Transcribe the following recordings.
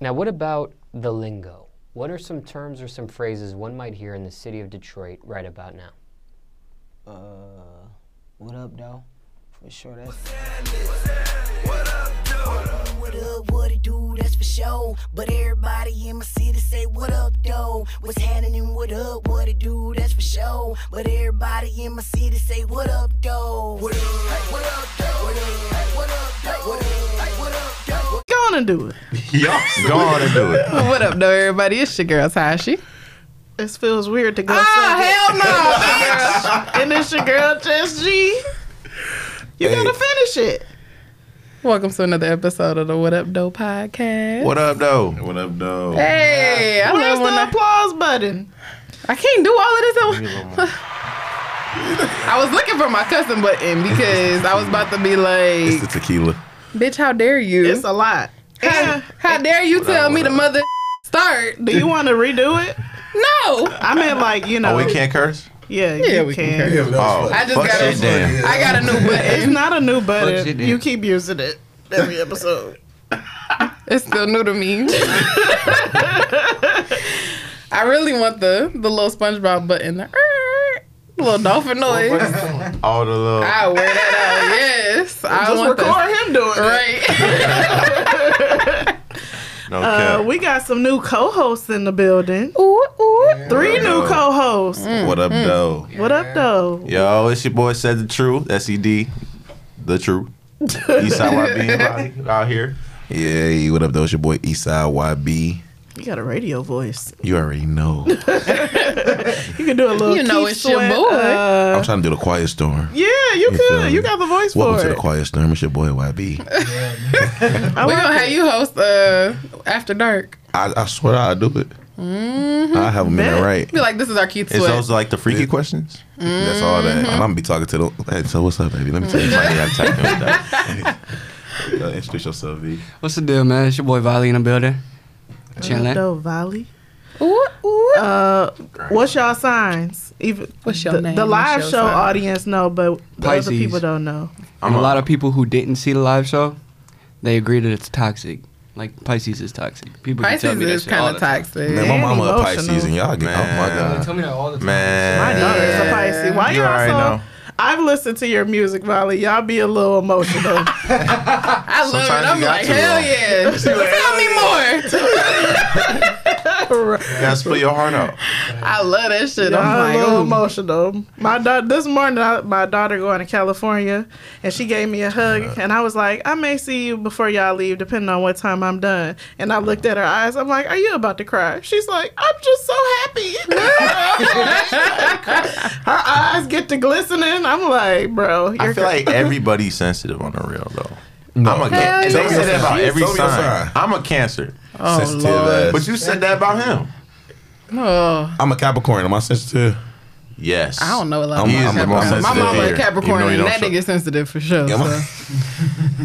Now, what about the lingo? What are some terms or some phrases one might hear in the city of Detroit right about now? Uh, what up, though? For sure, that's What up, what it do, that's for sure. But everybody in my city say, what up, though? What's happening, what up, what it do, that's for sure. But everybody in my city say, what up, though? What up, what up, though? What up, what up, though? What up, what up, though? Go on and do it. Y'all Go on and do it. What up, though, everybody? It's your girl Tashi. This feels weird to go Ah, second. hell no! and it's your girl Jess G. You Hey. gotta finish it. Welcome to another episode of the What Up, Doe podcast. What up, though? What up, though? Hey, I Where's love the when I, applause button? I can't do all of this. at once. I was looking for my custom button because I was about to be It's the like, tequila. bitch, how dare you? It's a lot. how, how dare you up, tell me what the up? mother start? Do you want to redo it? No, I mean, like you know, Oh, we can't curse? yeah, Yeah, you we can can. curse. Yeah, that was Oh, funny. I just fuck gotta- shit, damn. I got a new It's button. not a new Punch it button. in. You keep using it every episode. It's still new to me. I really want the the little SpongeBob button, the "Er," little dolphin noise. All the little. I wear that out. Yes, I Just want record that. him doing it. Right. No Uh, cap. we got some new co-hosts in the building. ooh, ooh. Three new Yeah. co-hosts. what up, though? What up, though? Yo, it's your boy said the truth. S E D, the truth. Eastside YB out here. Yeah, what up, though? It's your boy Eastside YB. You got a radio voice. You already know. You can do a little. You know Keith it's your Sweat, boy. uh, I'm trying to do the quiet storm. yeah, you You feel could. me? You got the voice Welcome for to the it. quiet storm. It's your boy YB. I We're like gonna it. have you host uh after dark. I, I swear I do it. I have a minute Bet. right. Be like, this is our Keith It's Sweat. those like the freaky questions. That's all that. Mm-hmm. And I'm gonna be talking to the. Hey, so what's up, baby? Let me tell you something. I'm talking about that. Yo, Introduce yourself, V. What's the deal, man? It's your boy Valley in the building. Chilling. Doe Valley. Ooh, ooh. Uh, what's y'all signs? Even What's your the, name? the live What's show your sign? audience know, but the other Pisces. people don't know. And a lot of people who didn't see the live show, they agree that it's toxic. Like Pisces is toxic. People can tell Pisces me that is shit all kind of the time. toxic. Man, my And mama a emotional. Pisces, and y'all get. Oh my They god, tell me that all the time. man. My daughter's a Pisces. Why You y'all already so? know. I've listened to your music, Valley. Y'all be a little emotional. I love it. Sometimes you I'm got like, to, hell though. yeah. Tell me more. You gotta spill your heart out. I love that shit. Y'all I'm a like, oh. little ooh. emotional. My daughter this morning, I, my daughter going to California, and she gave me a hug, and I was like, I may see you before y'all leave, depending on what time I'm done. And I looked at her eyes. I'm like, Are you about to cry? She's like, I'm just so happy. her eyes get to glistening. I'm like, Bro, I you're feel cr- like everybody's sensitive on the real though. I'm a cancer. Hell They say that about yeah. every Tell me your sign. sign. I'm a cancer. Oh, sensitive Lord. ass. But you said that about him. Oh, I'm a Capricorn. Am I sensitive? Yes. I don't know a lot He is about the most Capricorn. My sensitive mama a here, Capricorn, even though you and don't that show- nigga sensitive for sure. Am I, so.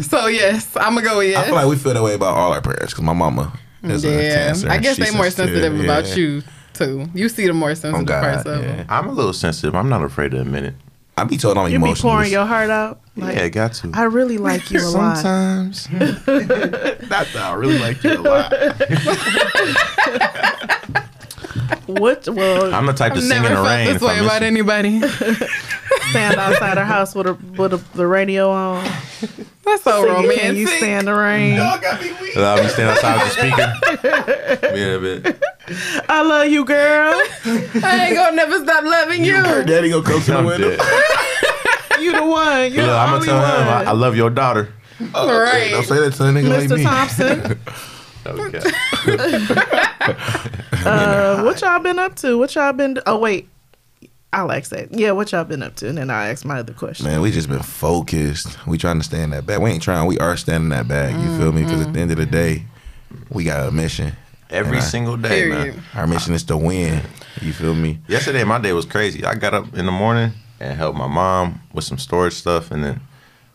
so yes, I'm gonna go with I yes. feel like we feel that way about all our prayers because my mama is a yeah, cancer. I and guess she's they more sensitive yeah. about you too. You see the more sensitive Oh God, parts of yeah. them. I'm a little sensitive. I'm not afraid to admit it. I be told I'm you be emotional. pouring your heart out. Like, yeah, got to. I really like you a lot. Sometimes. Not that I really like you a lot. What? Well, I'm the type to I've sing in the never felt rain. this if I way miss about you. anybody. stand outside her house with a, with a, the radio on. That's so Singing, Can you romantic. stand the rain? Allow me to stand outside with the speaker. yeah, bit. I love you, girl. I ain't gonna never stop loving you. Daddy gonna come to the I'm window. dead. Look, You the one. You the I'm gonna only tell him one. I, I love your daughter. Don't right. say that to a nigga like Mr. me. Thompson, Okay. uh, what y'all been up to? What y'all been? Oh wait, I'll ask that. Yeah, what y'all been up to? And then I'll ask my other question. Man, we just been focused. We trying to stay in that bag. We ain't trying. We are standing in that bag. You feel me? Because at the end of the day, we got a mission. Every And I- single day, Period. man. Our mission is to win. You feel me? Yesterday, my day was crazy. I got up in the morning and helped my mom with some storage stuff, and then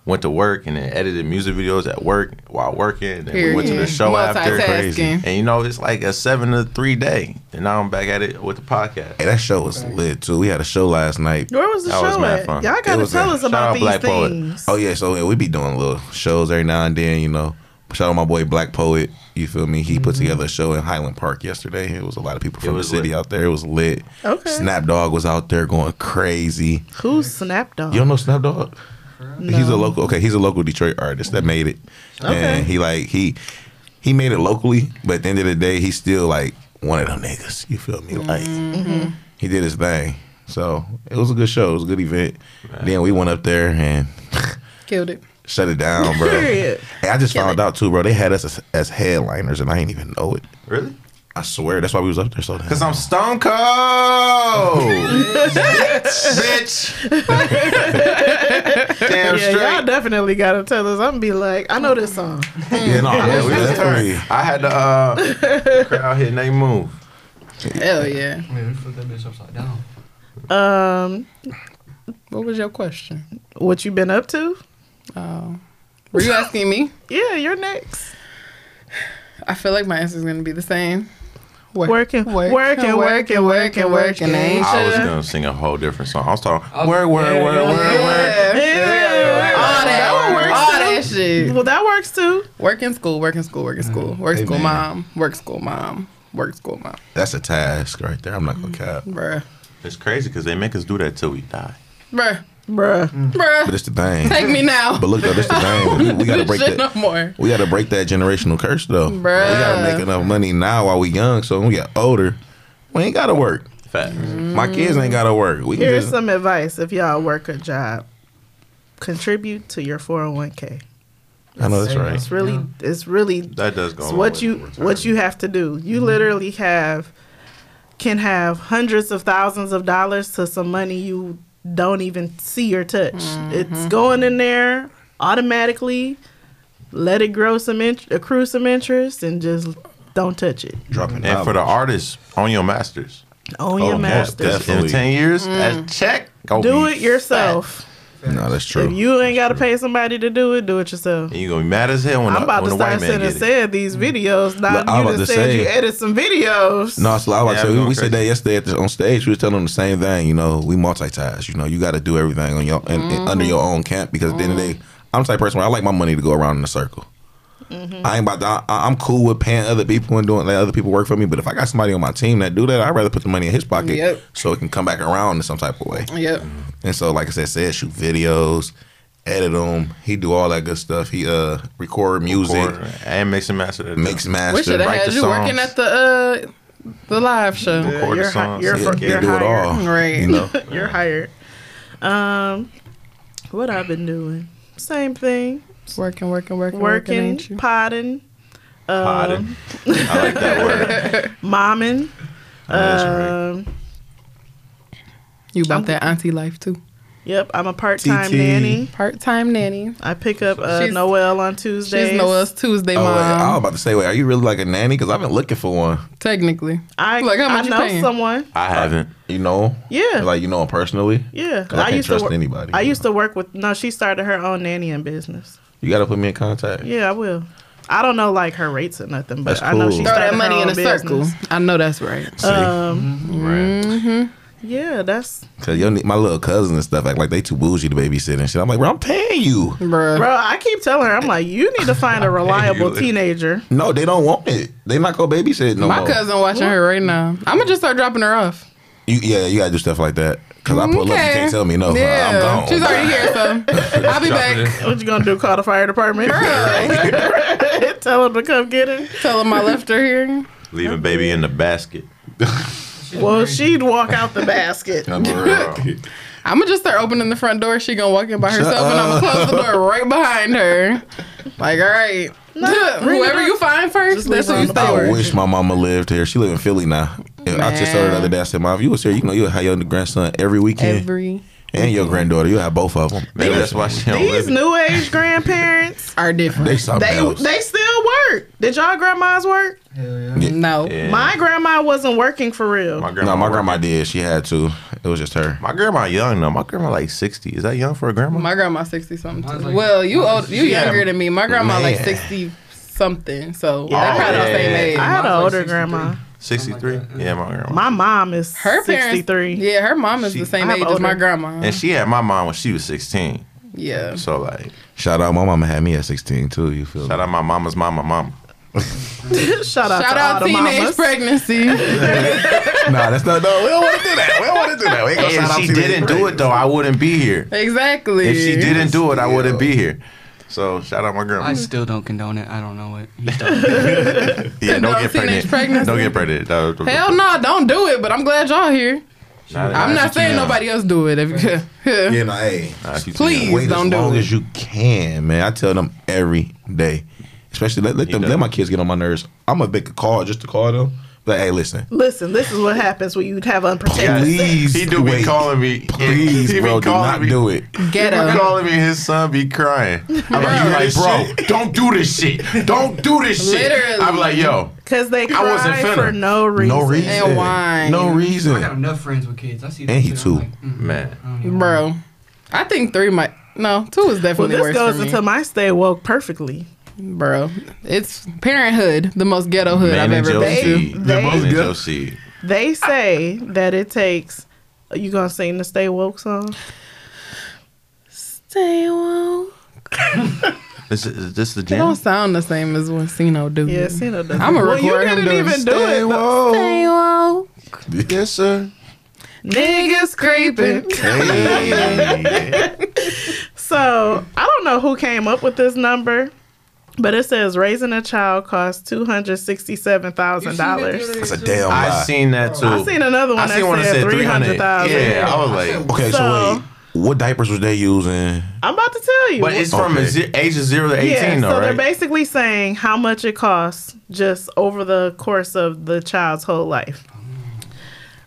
went to work and then edited music videos at work while working. And then we went to the Period. show after. Multitasking. And you know, it's like a seven to three day. And now I'm back at it with the podcast. Hey, that show was lit too. We had a show last night. Where was the That was show mad at? fun. Y'all It gotta was tell a- us shout out about these Black Poet. things. Oh yeah, so yeah, we be doing little shows every now and then, you know. Shout out my boy Black Poet. You feel me? He put Mm-hmm. together a show in Highland Park yesterday. It was a lot of people from the was city lit. out there. It was lit. Okay. Snap Dog was out there going crazy. Who's Snap Dog? You don't know Snap Dog? He's a local. Okay, he's a local Detroit artist that made it, and he like he he made it locally. But at the end of the day, he's still like one of them niggas. You feel me? Like he did his thing. So it was a good show. It was a good event. Then we went up there and Killed it. shut it down, bro. Period. Hey, I just found out too, bro. They had us as, as headliners, and I didn't even know it. Really? I swear, that's why we was up there so. Cause I'm stone cold, bitch. Damn yeah, straight. y'all definitely gotta tell us. I'm gonna be like, I know this Mm-hmm. song. yeah, no, Yeah, most we was definitely. turned. I had the uh, the crowd hitting they move. Hell yeah. Man, we flipped that bitch upside down. Um, What was your question? what you been up to? Oh. Were you asking me? Yeah, you're next. I feel like my answer is gonna be the same. Work, Working, work, working, working, working, working. ain't I was ya? gonna sing a whole different song. I was talking. I was- word, word, yeah, word, yeah, word, word. Yeah. All that, That works, all too. that shit. Well, that works too. Work in school, work in school, work in school, work Hey, school, man. mom, work school, mom, work school, mom, That's a task right there. I'm not gonna cap. bruh, Mm-hmm. It's crazy because they make us do that till we die. bruh, Bruh. But bruh. it's the thing. Take me now. But look though, this the thing. We, we gotta break Shit no that. more. We gotta break that generational curse though. We Bruh. gotta make enough money now while we young. So when we get older, we ain't gotta work. Facts. My kids ain't gotta work. We can Here's just some advice if y'all work a job. Contribute to your 401k. I know that's right. It's really it's really That does go. a long it's way what you to retirement. what you have to do. You literally have can have hundreds of thousands of dollars to some money you don't even see or touch. It's going in there automatically. Let it grow some int- accrue some interest and just don't touch it. Dropping And for the knowledge. artists, on your masters. Own your Oh, most master. def- Because in Definitely. ten years, that check. gonna Mm. Do be it yourself. No, that's true. If you ain't got to pay somebody to do it, do it yourself. fat. And you gonna be mad as hell when I'm the, about when to the start white man sending get it. said Mm. these videos. Now Look, I you was just about to said you say- edit some videos. no, so I Yeah, we was like, so going we said crazy. that yesterday at the, on stage. We was telling them the same thing. You know, we multitask. You know, you got to do everything on your and, and under your own camp because at the end of the day, Mm-hmm. I'm the type of person where I like my money to go around in a circle. I ain't about to, I, I'm cool with paying other people and doing let other people work for me. But if I got somebody on my team that do that, I'd rather put the money in his pocket Yep. so it can come back around in some type of way. Yep. And so, like I said, said shoot videos, edit them. He do all that good stuff. He uh record music, Or- And mix and master. that mix too. master. We should have write had the you songs. working at the uh the live show. Record you're the hi- songs. you're Yeah, for- they you're do it all. hired. Right. You know. You're hired. Um, what I've been doing? Same thing. Working, working, working, working, Working, ain't you? potting, Potting. I like that Uh, word. momming. I know that's right. Um, You about that auntie life too? yep, I'm a part-time TT. nanny. Part time nanny. I pick up uh, She's- Noelle on Tuesdays. She's Noah's Tuesday Oh, mom. wait, I was about to say, wait, are you really like a nanny? Because I've been looking for one. Technically, I, Like, how much I you know paying? someone. I haven't. You know, Yeah. like you know him personally. yeah, 'Cause I, can't trust to wor- anybody. I used to work with no. She started her own nannying business. You gotta put me in contact. Yeah, I will. I I don't know like her rates or nothing, but That's I know cool. she Throw throw started that her money in own a business. circle. I know that's right. See, Um, Right. yeah, that's cause your, my little cousin and stuff act like they too bougie to babysit and shit. I'm like, bro, I'm paying you. Bruh. bro. I keep telling her, I'm like, you need to find a reliable You- teenager. No, they don't want it. They not gonna babysit no My more. cousin watching her right now. I'm gonna just start dropping her off. You, yeah, you gotta do stuff like that. Cause I pull up, you Okay. can't tell me no. Yeah, I'm gone. she's already here, so I'll be back. What you gonna do? Call the fire department? Tell them to come get him. Tell them I left her here. Leaving baby in the basket. Well, she'd walk out the basket. I'm already- I'm gonna just start opening the front door. She gonna walk in by herself, and I'm gonna close the door right behind her. Like, all right, bring it whoever up. you find leave first, that's who her you on stay I with. wish my mama lived here. She live in Philly now. And I just told her the other day. I said, "Mom, if you was here, you know you'll have your grandson every weekend Every and your granddaughter. You'll have both of them." Maybe that's why she don't live. These new age grandparents, are different. they something they else. they still work. Did y'all grandmas work? no, Yeah. My grandma wasn't working for real. my grandma. No, my working. grandma did. She had to. It was just her. My grandma young though. My grandma like sixty. Is that young for a grandma? my grandma's sixty something. Mine's too. like- well, you old, you Yeah. younger than me. My grandma like Man. sixty something, so they're Oh, probably the yeah, same yeah, age. I had Mine's an like older 63. grandma. Sixty three. Yeah, my grandma. My mom is her parents, 63. yeah, her mom is She- the same I have age as my older- grandma. and she had my mom when she was sixteen. Yeah. So like, Shout out, my mama had me at 16 too. You feel shout me? out my mama's mama, mama. Shout out Shout to out all the teenage mamas. pregnancy. Nah, that's not. No, we don't want to do that. We don't want to do that. We ain't gonna shout If out she to didn't the- do it though, I wouldn't be here. exactly. If she didn't do it, I wouldn't be here. So shout out my grandma. I still don't condone it. I don't know it. Yeah, No, don't get teenage pregnant. pregnancy. Don't get pregnant. No, don't- Hell no, don't do it. But I'm glad y'all here. Nah, nah, I'm nah, not saying nah, nobody else do it. If you, Yeah, no, hey. nah, she- Please. Wait don't as do long it. as you can, man. I tell them every day. Especially let, let them does. let my kids get on my nerves. I'm gonna make a call just to call them. But hey, listen, Listen, this is what happens when you have unprotected please, He do be wait. calling me. Please, he bro, be do calling not me. do it. Get He be up. calling me. His son be crying. I'm like, this bro, don't do this shit. Don't do this shit. Literally. I'm like, yo, because they I wasn't cry finna. for no reason. No reason. And wine. No I got reason. enough friends with kids. I see. And he shit, I'm too. like, mm, man. I don't even- bro. I think three might. No, two is Well, definitely this worse goes for me, into my stay woke perfectly. bro. It's parenthood, the most ghetto hood I've Manage ever your been to. seed. They- Manage your seed. They say that it takes. Are you gonna sing the stay woke song? Stay woke. This is this the It jam. don't sound the same as what Sino do. Yeah, Cena does. I'ma well, you record didn't him doing even do it. though. Stay woke. Yes, sir. Niggas creeping. So I don't know who came up with this number, but it says raising a child costs two hundred sixty-seven thousand dollars. That's a damn lie. I seen that too. I seen another one I that seen one that said said three 300. hundred thousand. Yeah, I was like, Okay, so, So- wait, what diapers was they using? I'm about to tell you. but it's from Okay. a ze- age of zero to eighteen, yeah, though, so they're right? basically saying how much it costs just over the course of the child's whole life.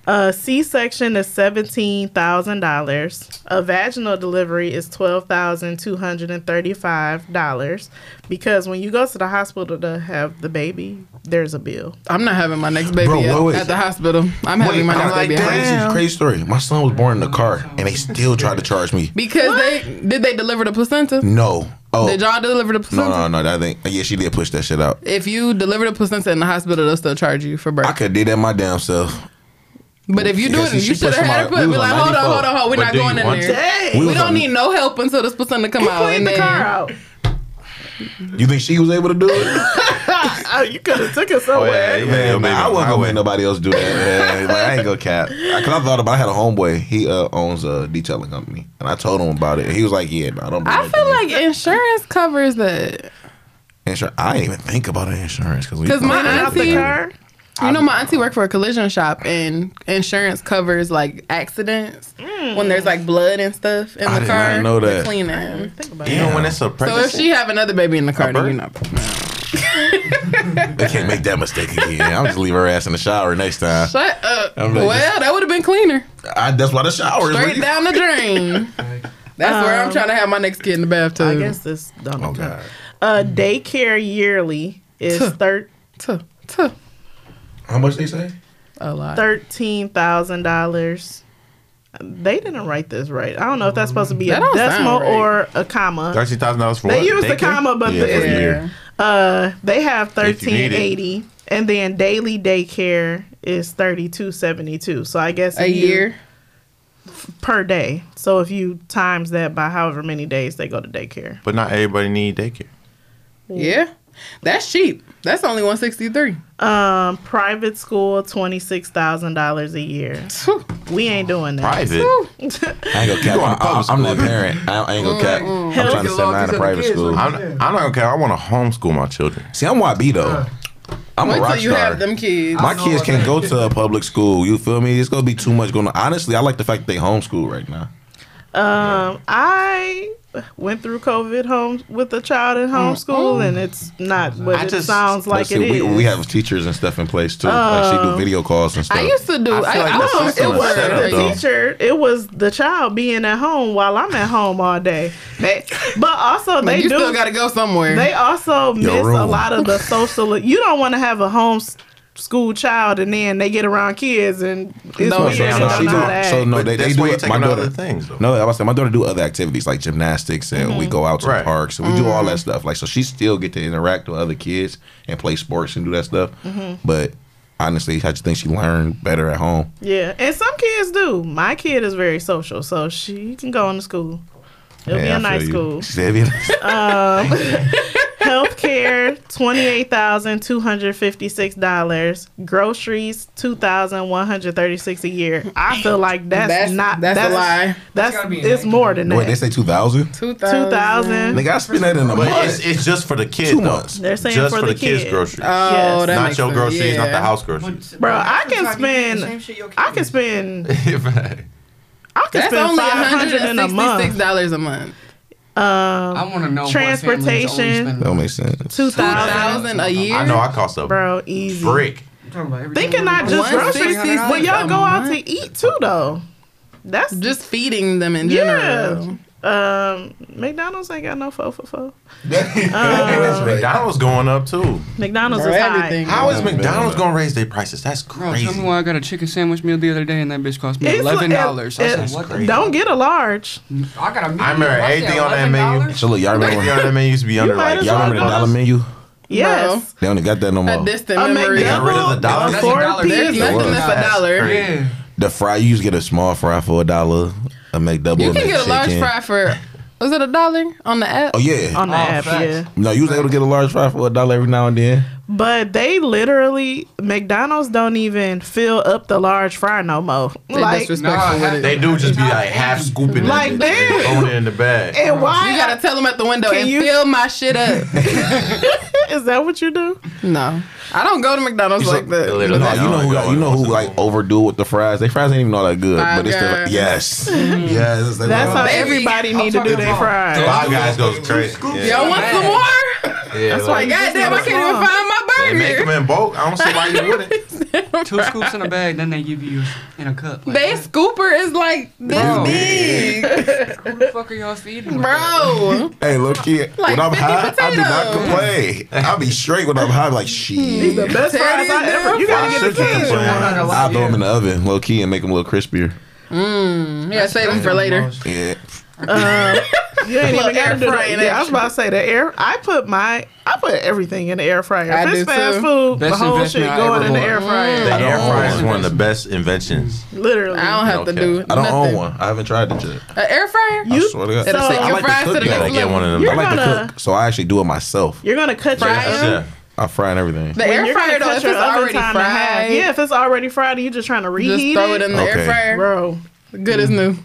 A C-section is seventeen thousand dollars. A vaginal delivery is twelve thousand two hundred and thirty-five dollars, because when you go to the hospital to have the baby, there's a bill. I'm not having my next baby Bro, what was at, at it? the hospital. I'm having my I'm next like, baby at home. crazy, crazy story. My son was born in a car, and they still tried to charge me. Because they did they deliver the placenta? No. Oh, Did y'all deliver the placenta? no, no, no. That thing. Yeah, she did push that shit out. If you deliver the placenta in the hospital, they'll still charge you for birth. I could did that my damn self. But if you do Yeah, it, see, you she should have pushed had my- it put. we Be was like, on hold on, 94. hold on, hold on. We're But not do you going in want there. Dang, We We was don't on- need no help until this placenta come out. clean And the then, car out. You think she was able to do it? Oh, you could have took it Oh, somewhere. yeah, yeah, yeah, Man, your baby nah, I on the wasn't gonna highway. let nobody else do that. man. like, I ain't gonna cap. Cause I thought about. I had a homeboy. He uh, owns a detailing company, and I told him about it. And he was like, "Yeah, no, I don't." do I that to feel me." like insurance covers that. Insur- I didn't even think about insurance because 'Cause my Out the auntie- car. You know, my auntie worked for a collision shop, and insurance covers like accidents Mm. when there's like blood and stuff in I the did car. not know to that. Clean it. Even when it's a So if pregnancy, she have another baby in the car, then you know. They can't make that mistake again. I'll just leave her ass in the shower next time. Shut up. I'm like, uh, Well, that would have been cleaner. I, that's why the shower is. Straight leaking. down the drain. That's where I'm trying to have my next kid in the bathtub. Um, I guess this Donald Oh Trump. god. Uh, daycare yearly is thir- Tuh, tuh. How much they say? A lot. thirteen thousand dollars. They didn't write this right. I don't know if that's supposed to be a That don't sound decimal right. or a comma. thirty thousand dollars for They what? use the Daycare? comma, but the- Yeah, for a year. uh, they have If you thirteen need it. eighty, and then daily daycare is thirty two seventy two. So I guess A if you- year. per day. So if you times that by however many days they go to daycare, But not everybody need daycare. Yeah. That's cheap. That's only 163. um, private school twenty six thousand dollars a year. Whew. We ain't doing that. Private. I ain't gonna cap. going to I'm, public I'm that school. parent. I ain't gonna cap. I'm Hell, trying to you send mine to private school. I'm, I'm not okay. I want to homeschool my children. See, I'm YB though. I'm a Wait rock till you star. have them kids. My kids can go to a public school. You feel me? It's gonna be too much going on. Honestly, I like the fact that they homeschool right now. Um, I went through COVID home with a child in homeschool, and it's not what I it just- sounds But like it see, is. we, we have teachers and stuff in place too. like she do video calls and stuff. I used to do. I I, feel like I the was- system it is was set up, crazy. though. Teacher, it was the child being at home while I'm at home all day. They- but also they you do. still got to go somewhere. they also miss a room. lot of the social. You don't want to have a home school child, and then they get around kids, and it's weird. No, and so, they yeah, so, don't she know do, how to act. so no, But they, they that's do why you it. take My on daughter, other things, though. No, I was saying my daughter do other activities like gymnastics and we go out to Right. parks and we do all that stuff. Like so, she still get to interact with other kids and play sports and do that stuff. But honestly, I just think she learned better at home. Yeah, and some kids do. My kid is very social, so she can go into school. It'll be a I nice feel you. school. She said it'd be a nice- Healthcare twenty eight thousand two hundred fifty six dollars. Groceries two thousand one hundred thirty six a year. I feel like that's, That's- not that's a lie. That's, gotta be an it's accurate- more than that. Wait, they say two thousand? Two two thousand. Nigga, I spend that in a But month. it's, it's just for the kids. Two though. months. They're saying just for for, the the kids, kids. groceries. Oh, Yes. that not makes your sense. groceries, not Yeah. the house groceries. Bro, I can Sometimes you get the same spend- shit your I kids can spend. I can That's spend only five hundred in a $166 month. dollars a month. I Um, want to know why families only Transportation. spend- That don't make sense. two thousand, Thousand a year. I know I cost a bro, easy. brick. I'm talking about every Thinking single not one. just One groceries, sixty but y'all a go out month? to eat too, though. That's just feeding them in yeah. general. Um, McDonald's ain't got no fo fo fo. McDonald's going up too. McDonald's For is high. everything. How is Yeah, man. McDonald's gonna raise their prices? That's Bro, crazy. tell me why I got a chicken sandwich meal the other day and that bitch cost me It's like- eleven dollars. I it- said, what? The crazy. Don't get a large. I got a medium. I remember said everything on that $11. menu. So look, y'all remember, Everything on that menu used to be under might like as y'all well remember the go dollar menu? Yes. They only got that no A more. distant A memory. got rid of the dollar. That's McDouble a for dollar a There's penny. Yeah. nothing that's a That's dollar. crazy. yeah. The fry, you used to get a small fry for a dollar, a McDouble. You can get a large McChicken. fry for. Was it a dollar on the app? Oh yeah. On the Oh, app, facts. yeah. no, you was able to get a large fry for a dollar every now and then. But they literally McDonald's don't even fill up the large fry no more. Like, Nah, disrespectful with it. They do just be like half scooping Like it and this. throwing it in the bag. and why You gotta tell them at the window Can and you- fill my shit up. is that what you do? no, I don't go to McDonald's like No, that. you No, you know who, know got- you know who like overdo it with the fries. They fries ain't even all that good, Five but it's the, Guys. yes, yes. Mm-hmm. That's how like- everybody I'm need to do talking their about- fries. Five guys goes crazy. Y'all want some more? That's Like, goddamn, I can't even find my They burger. make them in bulk. I don't see why you wouldn't. Two scoops in a bag, then they give you in a cup. Like, They scooper is like this Bro. big, who the fuck are y'all feeding? with that? bro. Hey, look kid, Like when I'm 50 high, I do not potatoes. complain. I be straight when I'm high, like shit. The best fries I ever. You gotta get the Shouldn't cage complain. one. I'll throw them in the oven, low key, and make them a little crispier. Yeah, save them for later. Yeah. You ain't Little even gotta air do frying that. Yeah, I was about to say the air. I put my I put everything in the air fryer. I If do it's fast too. Mm. food, the Best whole shit investment I going ever in the bought. air fryer. The air own fryer is one. one of the best inventions. Literally, I don't have to Okay. do Mm. I don't nothing. own one. I haven't tried it yet. An air fryer? I You- swear to God. It'll So- take I your like to fries to cook the that. I next get level. one of them. You're I like gonna- uh-huh. to cook, so I actually do it myself. you're gonna cut your Fryer? oven. yeah. I fry and everything. The air you're gonna fryer though, cut if it's your oven already time in half. fried, Yeah, if it's already fried, and you just trying to just reheat throw it in the Okay. air fryer. bro. Good as new.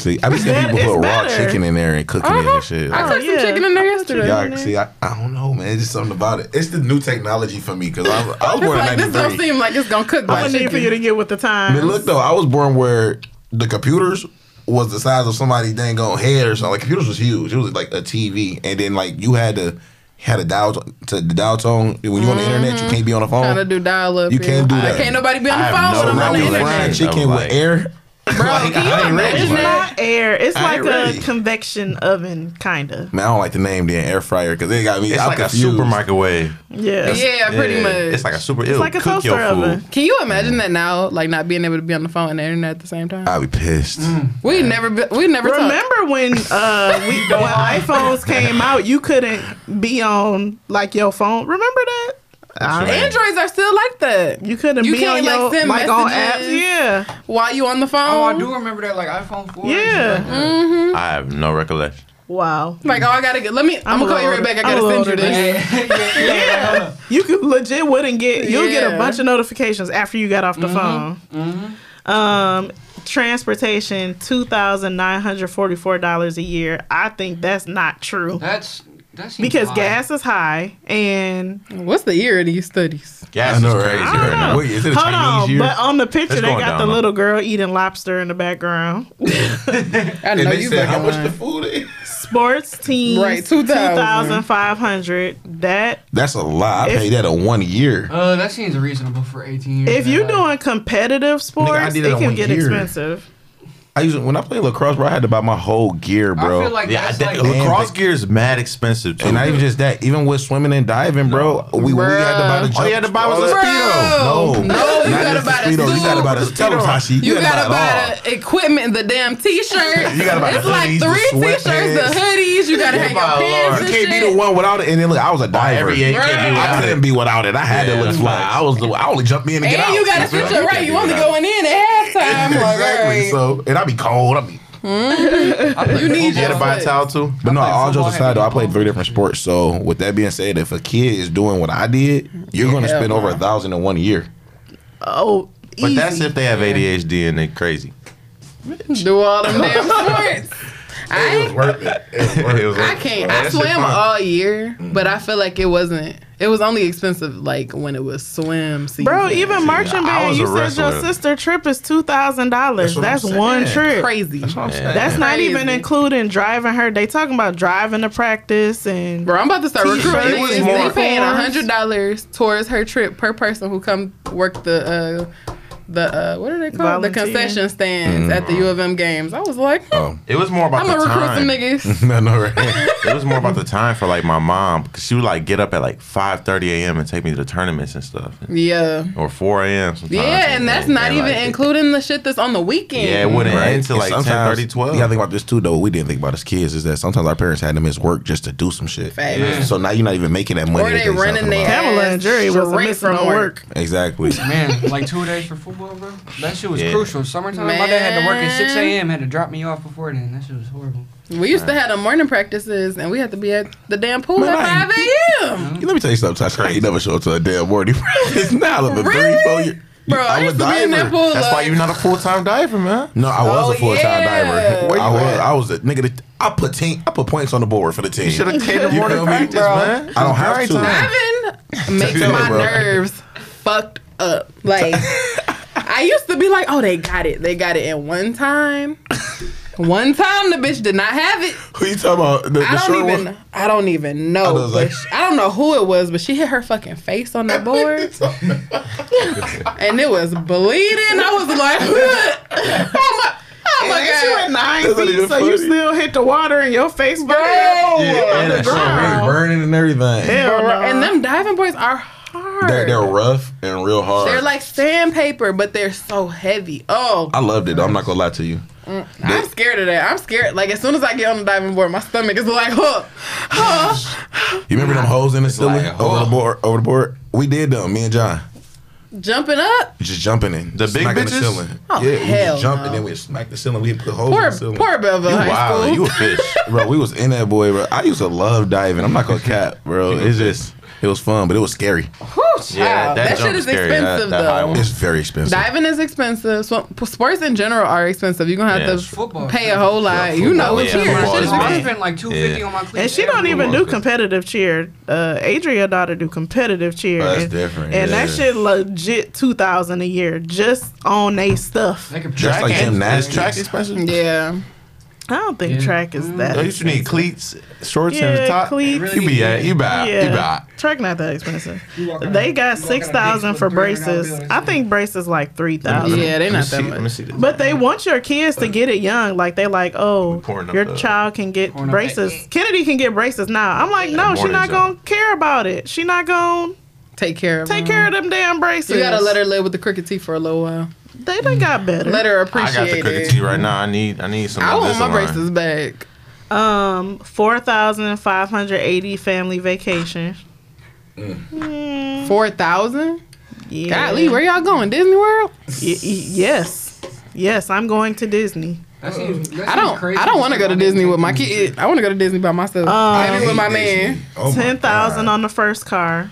See, I be seeing That people is put raw better. chicken in there and cooking Uh-huh. it and shit. Oh, I cooked yeah. some chicken in there yesterday. Y'all, see, I, I don't know, man. It's just something about it. It's the new technology for me because I, I was born Like in this don't '93. seem like it's gonna cook I by need for you chicken. to get with the time. But look though, I was born where the computers was the size of somebody dang on head or something. Like computers was huge. It was like a TV, and then like you had to had a dial t- to the dial tone. When you on the internet, you can't be on the phone. Trying to Mm-hmm. do dial up. You can't do that. Can't nobody be on the I phone have with so no them now on the you idea. internet. frying internet. chicken I'm with like- air. Bro, can you it's imagine that? not air. It's I like ain't a ready. convection oven, kinda. Man, I don't like the name then air fryer because they got me. It's I'm like confused. a super microwave. Yeah. Yeah, pretty Yeah, much. It's like a super. It's like a cook your toaster oven. food. Can you imagine that now? Like not being able to be on the phone and the internet at the same time. I'll be pissed. we never, be, we never. talked. Remember when uh we when iPhones came out, you couldn't be on like your phone. Remember that? Androids are still like that. You couldn't You be on can't, like, your send like on messages. apps. Yeah. While you on the phone, Oh, I do remember that, like iPhone 4. Yeah. Mm-hmm. I have no recollection. Wow. Like, oh, I gotta get. Let me. I'm I'm, gonna a call you right little back. I older- gotta I'm a send you little this. You could legit wouldn't get you'll get a Yeah. Mm-hmm. bunch of notifications after you got off the phone. Um transportation two thousand nine hundred forty four dollars a year. I think that's not true. That's that's Because gas is high and What's the year of these studies? Gas I know, is right? crazy I don't right know. now. Wait, is it a Hold Chinese on, year? but on the picture It's they going got down, the though. little girl eating lobster in the background. I and know they you said how fucking much the lying. food is. Sports teams, Right, 2,000. 2,000. 2,500. That That's a lot. I If- paid that in one year. Uh, that seems reasonable for 18 years. if you're doing competitive I sports, did it it in can one get year. expensive. I used to- when I played lacrosse, bro, I had to buy my whole gear, bro. I feel like Yeah, that's that, like lacrosse gear is mad expensive too. and not even just that, even with swimming and diving, bro, we, we had to buy the jump. All you had to buy was a all that- speedo. No, No, you not gotta just the buy the Speedo, suit. You gotta buy the tell them, Tashi. Oh, You, gotta, it buy the equipment, the damn t-shirt. You gotta buy the it's like hoodies, the three t-shirts, the sweatpants. hoodies. You gotta You hang gotta buy a your pants large. all. and You can't shit. be the one without it. And then look, I was a diver. Every year, you can't do I without couldn't it. be without it. I had Yeah, to look that's fly. facts. I was the I only jumped in to get out. And you gotta switch feel it me? right. You only Yeah. going in at halftime. Like, all Exactly. right. So and I be cold. I be you need You had to buy a towel too. But no, all football, jokes aside, heavy though, I Oh, played three different sports. So with that being said, if a kid is doing what I did, you're going to Yeah, spend over bro. a thousand in one year. Oh, But easy. that's if they have ADHD and they crazy. Do all them damn sports. I ain't worth it. It was I like, can't. "Oh, that I shit swam fun." all year, Mm. but I feel like it wasn't. It was only expensive like when it was swim season. Bro, even marching I band, was you a said your wrestler. sister trip is two thousand dollars. That's what I'm That's, one saying. trip. crazy. Yeah. That's not Crazy. even including driving her. They talking about driving to practice and Bro, I'm about to start T-shirts, recruiting. It was niggas. more- They paying hundred dollars towards her trip per person who come work the uh, the uh, what are they called? The Volunteer. concession stands at the U of M games. I was like, Oh. It was more about I'm gonna the recruit time. some niggas. no, no, right. It was more about the time for like my mom because she would like get up at like 5:30 a.m. and take me to the tournaments and stuff, Yeah. or 4 a.m. sometimes. Yeah, and that's not even like, including the shit that's on the weekend. Yeah, it wouldn't Right. end till And like 10, sometimes- 30, 12. You gotta think about this too, though. We didn't think about as kids is that sometimes our parents had them as work just to do some shit. Facts. Yeah. So now you're not even making that money. Or that they running talking their about. Pamela and Jerry was Straight missing from on work. work. Exactly. Man, like two days for football, bro. That shit was Yeah. crucial. Summertime, my dad had to work at 6 Man. a.m. Had to drop me off before then. That shit was horrible. We used to have the morning practices, and we had to be at the damn pool Man, I at ain't- 5 a.m. Let me tell you something. That's crazy. You never show up to a damn morning practice now. Look, the Really? three, four year. Bro, I I'm a used to be in that diver. pool. That's why like- you're not a full time diver, man. No, I was Oh, a full time yeah. diver. Where I you was. at? I was a nigga. That, I put team. I put points on the board for the team. You should have came to You morning feel me? practice, Bro. man. I don't have Great to. time. Having makes Yeah, my bro. nerves fucked up. Like I used to be like, oh, they got it, they got it. And one time, one time the bitch did not have it. Who you talking about? The, the I short don't even, one? I don't even I know. was but like- she- I don't know who it was, but she hit her fucking face on the board, and it was bleeding. I was like, oh my, oh my Ain't you at god. nine That's not feet, even so you funny. still hit the water and your face burned. Yeah, and that shit Really really burning and everything. Hell no. And them diving boards are hard. They're, they're rough and real hard. They're like sandpaper, but they're so heavy. Oh, I loved it. though. I'm not gonna lie to you. I'm scared of that. I'm scared. Like as soon as I get on the diving board, my stomach is like, huh, huh. You remember them hoes in the ceiling like, over oh. the board? Over the board, we did them. Me and John jumping up. just jumping in The big smacking bitches? The ceiling. Oh, yeah, we hell just jumped no. and then we smacked the ceiling. We put holes in Poor, the ceiling. poor Belleville You High wild. School. You a fish. bro, we was in that boy, bro. I used to love diving. I'm not gonna cap, bro. It's just it was fun, but it was scary. Whew, Yeah, child. that that, shit jump's is scary. That- expensive that high though. one. It's very expensive. Diving is expensive. So, p- sports in general are expensive. You're gonna have Yeah, to it's football, pay a too. whole lot. you know football, what yeah, cheer football shit is is big. I expensive. spent like 250 Yeah. on my cleats. And she don't every even month. do competitive cheer. Uh, Adria daughter do competitive cheer. Oh, that's and, different, And that yeah. shit legit two thousand a year just on they stuff. I They could Just like track it. gymnastics. Is track expensive? Yeah. don't think track is that. I used to need cleats, shorts, and Yeah, a top. cleats. You be at, you buy, you buy. Yeah, track not that expensive. They got six thousand for braces. I think braces like three thousand. Yeah, they Let me not see- that Let me much. see this. But they want your kids to get it young. Like they like, We oh, pouring up your the- child can get pouring up braces. Kennedy can get braces now. I'm like, no, she morning not zone. gonna care about it. She not gonna Take care of. take them. Mm. care of them damn braces. You gotta let her live with the crooked teeth for a little while. They done got better. Let her I got the appreciate cricket tee it. right now. I need, I need some. I of want this my in mine. braces back. Um, four thousand five hundred eighty family vacation. Four thousand. Yeah. Golly, where y'all going? Disney World? Y- y- yes, yes, I'm going to Disney. That seems, that I seems don't. crazy. I don't want to go to Disney with my kid. I want to go to Disney by myself. Um, Maybe with my man. Oh my Ten thousand God. on the first car.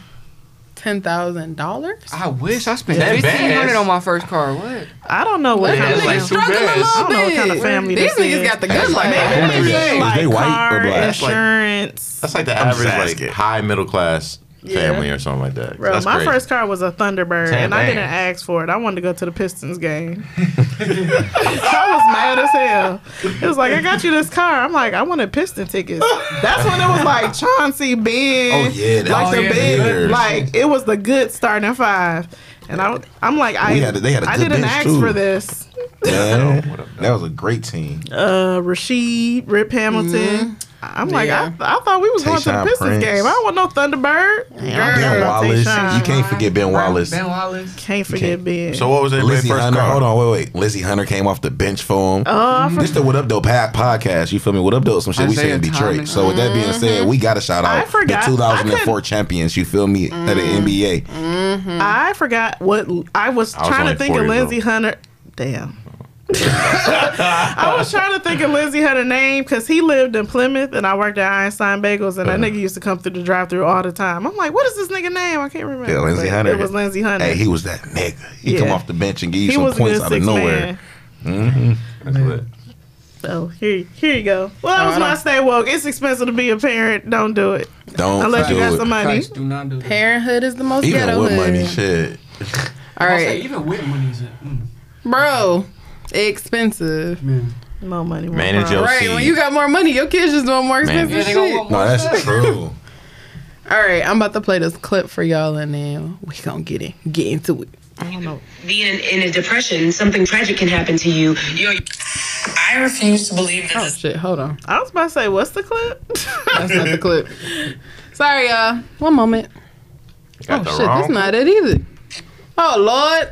Ten thousand dollars. I wish I spent That fifteen hundred bad. on my first car. What? I don't know what. Let kind them of that's like family- niggas two struggle a bags. I little don't know what bit. kind of family These this niggas is. got the good That's life. like They that. want Is everything. they Like white or car black? That's like- insurance. That's like the I'm average, just like asking. high middle class family or something like that. Bro, That's my crazy. first car was a Thunderbird, Damn, and I damn. didn't ask for it. I wanted to go to the Pistons game. I was mad as hell. It was like, I got you this car. I'm like, I wanted Piston tickets. That's when it was like Chauncey Ben. Oh, yeah, that like was the good. big, Yeah. like it was the good starting five. And I, I'm like, I, We had a- they had a I good didn't bench, ask too. for this. Damn. That was a great team. Uh, Rasheed, Rip Hamilton. I'm like, Yeah. I, I thought we was going to the Tayshaun Pistons Prince. game. I don't want no Thunderbird. Ben Girl, Wallace. Tayshaun. You can't forget Ben Wallace. Ben Wallace. Can't forget Ben. So what was it? Lizzie first Hunter. car? Hold on, wait, wait. Lizzie Hunter came off the bench for him. Oh, I This the What Up Though pa- podcast. You feel me? What Up Though? is Some shit we say in Isaiah Detroit. Thomas. So with that being said, we got to shout I Mm-hmm. out the forgot. 2004 champions. You feel me? At the NBA. I forgot what I was was trying only to think four of years Lindsay Hunter. Damn. I was trying to think if Lindsay had a name because he lived in Plymouth and I worked at Einstein Bagels and that nigga used to come through the drive through all the time. I'm like, what is this nigga name? I can't remember. Yeah, Lindsey But Hunter. It was Lindsay Hunter. Hey, he was that nigga. He come Yeah. off the bench and give you He some was a points good out of six nowhere. man. hmm That's lit. So here, here you go. Well, that Oh, was I my don't- stay woke. It's expensive to be a parent. Don't do it Don't unless do you got it. some money. Christ, do not do that. Parenthood is the most Even ghetto with hood. money, shit. All I'll say, right, even with money, is it? Mm, bro. Expensive. man. No money. more Manage problem. your- Right. see. When you got more money, your kids just doing more Man, expensive they shit. gonna want No, more that's sex. true. All right, I'm about to play this clip for y'all, and then we gonna get it, get into it. being in a depression, something tragic can happen to you. You're- I refuse to believe that Oh shit! Hold on, I was about to say, what's the clip? that's not the clip. Sorry, y'all. One moment. Got oh the shit, wrong that's not it either. Oh lord.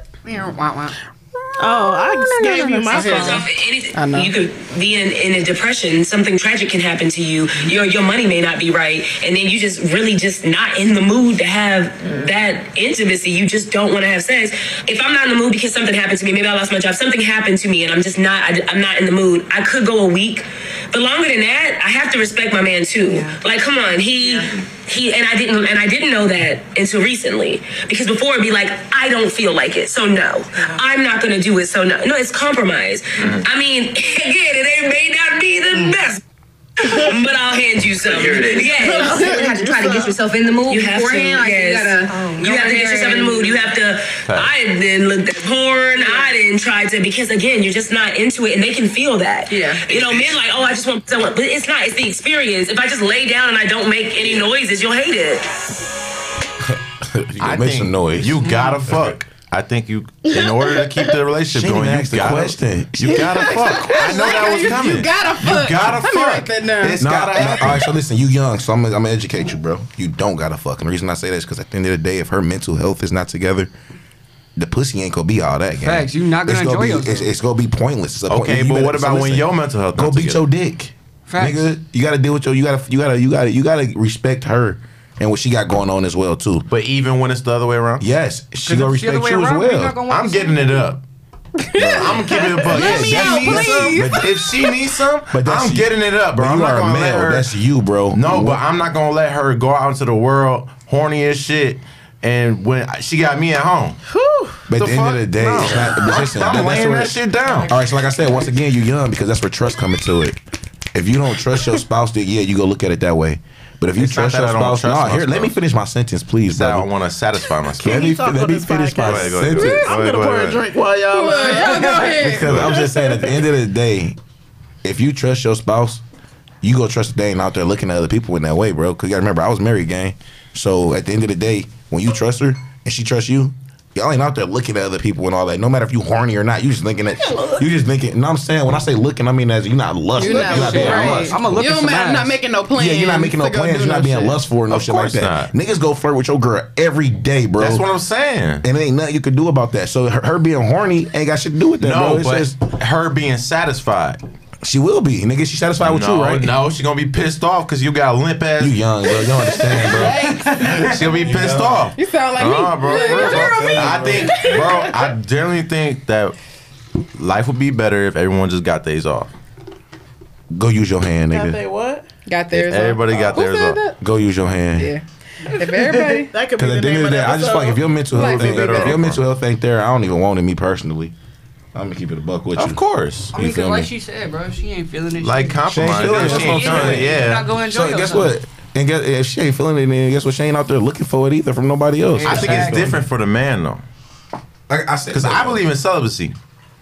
oh, I just gave you my Because phone. of anything- I know. You could be in, in a depression, something tragic can happen to you. Your your money may not be right, and then you just really just not in the mood to have that intimacy. You just don't want to have sex. If I'm not in the mood because something happened to me, maybe I lost my job, something happened to me, and I'm just not I, am not in the mood. I could go a week, but longer than that, I have to respect my man too. Like, come on, he. He and I didn't and I didn't know that until recently because before it'd be like I don't feel like it so no I'm not gonna do it so no no it's compromise I mean again it ain't- may not be the best but I'll hand you some here it is yeah you still have to try to get yourself in the mood you have to yes. you, have to get yourself in the mood you have to I didn't look at porn I didn't try to because again you're just not into it and they can feel that Yeah. you know men like oh I just want someone but it's not it's the experience if I just lay down and I don't make any noises you'll hate it. you I gonna make think some noise. You gotta Mm-hmm. fuck. I think you, in order to keep the relationship She didn't going, you ask the gotta, question. you gotta fuck. I know that was coming. You gotta fuck. gotta Let me write fuck. that down. It's No, gotta no, happen. all right, so listen, you young, so I'm, gonna- I'm gonna educate you, bro. You don't gotta fuck. And the reason I say that is because at the end of the day, if her mental health is not together, the pussy ain't gonna be all that. gang. Facts, you not gonna it's gonna enjoy be, yourself. It's, it's gonna be pointless. It's a point- Okay, you but better- what so about when listen, your mental health go not beat together? your dick, Facts. nigga? You gotta deal with your. You gotta. You gotta. You gotta. You gotta respect her and what she got going on as well too. But even when it's the other way around, Yes, she 'Cause gonna if she the respect way you as around, we not well. gonna want I'm to see getting it up. I'm gonna give it a buck. Let me If she out, needs please. some- but if she needs some, But that's I'm you. getting it up, bro. But I'm you not are a gonna let male. her. That's you, bro. No, You- but I'm not gonna let her go out into the world horny as shit. And when she got me at home, But The at the end of the fuck? day, No. it's not. But listen, I'm that- that's laying where- that shit down. All right, so like I said, once again, you're young because that's where trust coming to it. If you don't trust your spouse, then yeah, you go look at it that way. But if you It's not trust that your I don't spouse, trust nah, my here, let me spouse. finish my sentence, please, that I bro. want to satisfy myself. Let me, talk let on me this finish Go my ahead, go ahead, sentence. go ahead, I'm go gonna ahead, pour go a ahead. drink while y'all. Look, uh, y'all go ahead. Because I'm just saying, at the end of the day, if you trust your spouse, you go trust they ain't out there looking at other people in that way, bro. Because you gotta remember, I was married, gang. So at the end of the day, when you trust her and she trusts you, y'all ain't out there looking at other people and all that. No matter if you horny or not, you just thinking that you just thinking. No, I'm saying when I say looking, I mean as you're not lust. You're like, not, you're not being right. lust. I'ma look you for don't some ma- ass. not making no plans. Yeah, you're not making no to go plans. do You're not no being shit. lustful or no shit like course that. not. Niggas go flirt with your girl every day, bro. That's what I'm saying. and it ain't nothing you can do about that. So her, her being horny ain't got shit to do with that, bro. No, It's but just- her being satisfied. she will be, nigga. She satisfied with no, you, right? no, she gonna be pissed off because you got a limp ass. You young, bro. You don't understand, bro. she gonna be pissed off. You sound like Nah, me. bro. Look, for real, you're bro. me. I think, bro, I generally think that life would be better if everyone just got days off. Go use your hand, got they nigga. what? Got theirs. off. Everybody got Who theirs said off. that? Go use your hand. Yeah. If everybody. That could be Because the at the name end of the of day, I just feel like if your mental Life health is ain't, better if your off. mental health ain't there, I don't even want it. Me personally, I'm gonna keep it a buck with you. Of course. I mean, 'cause feel like me? she said, bro, she ain't feeling it. Like compromise. feeling it, She that's what I'm ain't feeling it, saying. You're not Yeah. going to enjoy So guess yourself. what? And guess, if she ain't feeling it, then guess what? She ain't out there looking for it either from nobody else. I think it's Exactly. different for the man though, Like I said, because I believe in celibacy.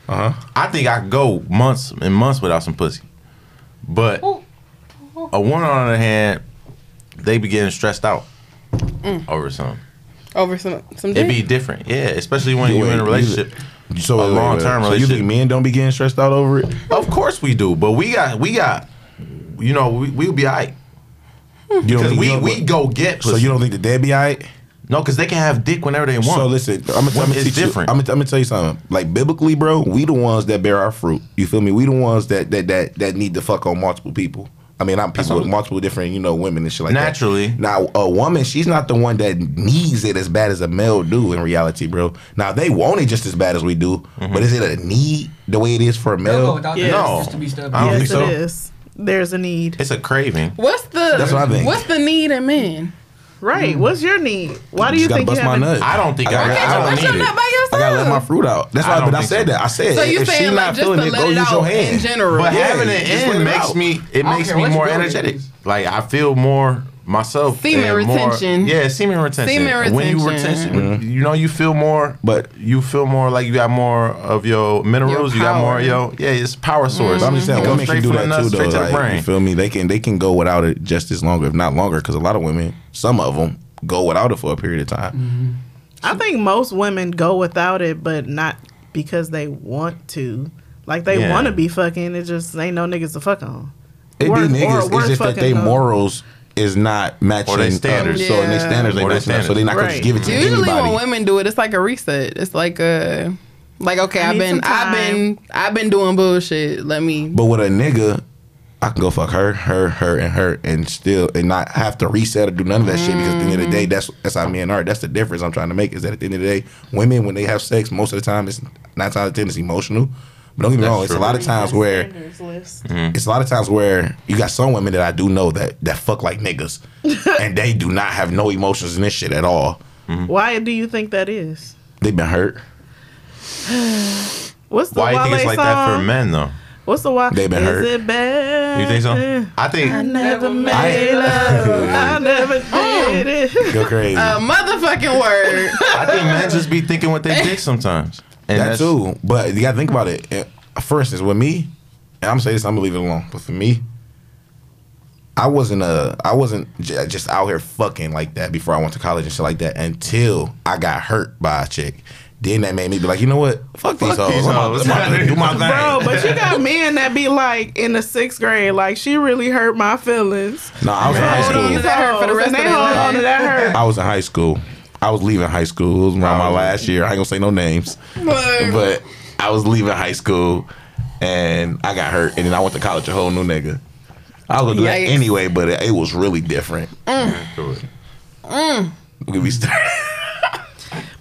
Uh huh. I think I could go months and months without some pussy. But a woman on the other hand, they be getting stressed out over something. Over some some It'd be dick. different. Yeah, especially when you're in a Wait, you- relationship. So A wait, wait, wait. long-term So relationship. you think men don't be getting stressed out over it? Of course we do, but we got we got you know, we we'll be alright. You don't Because think- you we, don't- we go get pussy. So you don't think the dead be alright? no, because they can have dick whenever they want. So listen, I'm gonna, One I'm gonna is teach different. you. I'm gonna, I'm gonna tell you something. Like biblically, bro, we the ones that bear our fruit. You feel me? We the ones that that that that need to fuck on multiple people. I mean, I'm people with multiple different, you know, women and shit like Naturally. that. Naturally. Now, a woman, she's not the one that needs it as bad as a male do in reality, bro. Now, they want it just as bad as we do, Mm-hmm. but is it a need the way it is for a They'll go male? without Yes. that No. just to be stubborn. I don't yes, think so. it is. There's a need. It's a craving. What's the That's what I think. What's the need in men? Right. What's your need? Why do you mm. just gotta think you bust my have nut. a I don't think I, I I, can't don't Why need you it. not by yourself? I gotta let my fruit out. That's I why, don't but I think said so. that. I said so you if she saying not like just to feeling it, let go it use your out in hand. general? But Yeah, having it just let in it makes out. me it I don't makes care me what more you do. energetic. Like I feel more myself. Semen and more- retention. yeah, semen retention. Semen When you retention. retention, when- you know, you feel more, but you feel more like you got more of your minerals. Your you got more power. of your yeah. It's power source. But I'm just saying, It goes women can straight do from the that too, nuts though. straight to the Like, brain. You feel me? They can they can go without it just as long, if not longer, because a lot of women, some of them, go without it for a period of time. Mm-hmm. I think most women go without it, but not because they want to. Like they Yeah. want to be fucking. It just ain't no niggas to fuck on. It Worth- be or niggas. worth It's just that fucking they though. morals is not matching. they up. standards. So in Yeah. their standards, they Or they matching up. So standards. they not gonna just Right. give it to Usually anybody. when women do it, it's like a reset. It's like a like okay, I I've need been some I've been I've been doing bullshit. Let me but with a nigga, I can go fuck her, her, her, and her, and still and not have to reset or do none of that shit. Because at the end of the day, that's that's how men are. That's the difference I'm trying to make. Is that at the end of the day, women when they have sex, most of the time it's nine times out of ten it's emotional. But don't get me wrong, it's a true. lot of times where. Mm-hmm. it's a lot of times where you got some women that I do know that that fuck like niggas, and they do not have no emotions in this shit at all. Why do you think that is? They've been hurt. What's the Why do you Wale think it's like song? that for men though? What's the Wale? They been is hurt. it bad? You think so? I I think never made Oh. I- love. I never did it. Go crazy. a motherfucking word. I think men just be thinking with their dick sometimes. And that too. But you gotta think about it. And For instance, with me, and I'm saying this, I'm gonna leave it alone. But for me, I wasn't uh I wasn't j- just out here fucking like that before I went to college and shit like that until I got hurt by a chick. Then that made me be like, you know what? Fuck these hoes. these I'm out- hoes. I'm out here to do my thing. Bro, but you got men that be like in the sixth grade, like she really hurt my feelings. no, I was in high Hold on school. to that hurt for the rest and of they their hold on to life. that hurt. I was in high school. I was leaving high school. It was around my last year. I ain't gonna say no names, But, but I was leaving high school, and I got hurt, and then I went to college a whole new nigga. I was gonna do that Yikes. anyway, but it, it was really different. that's We be started.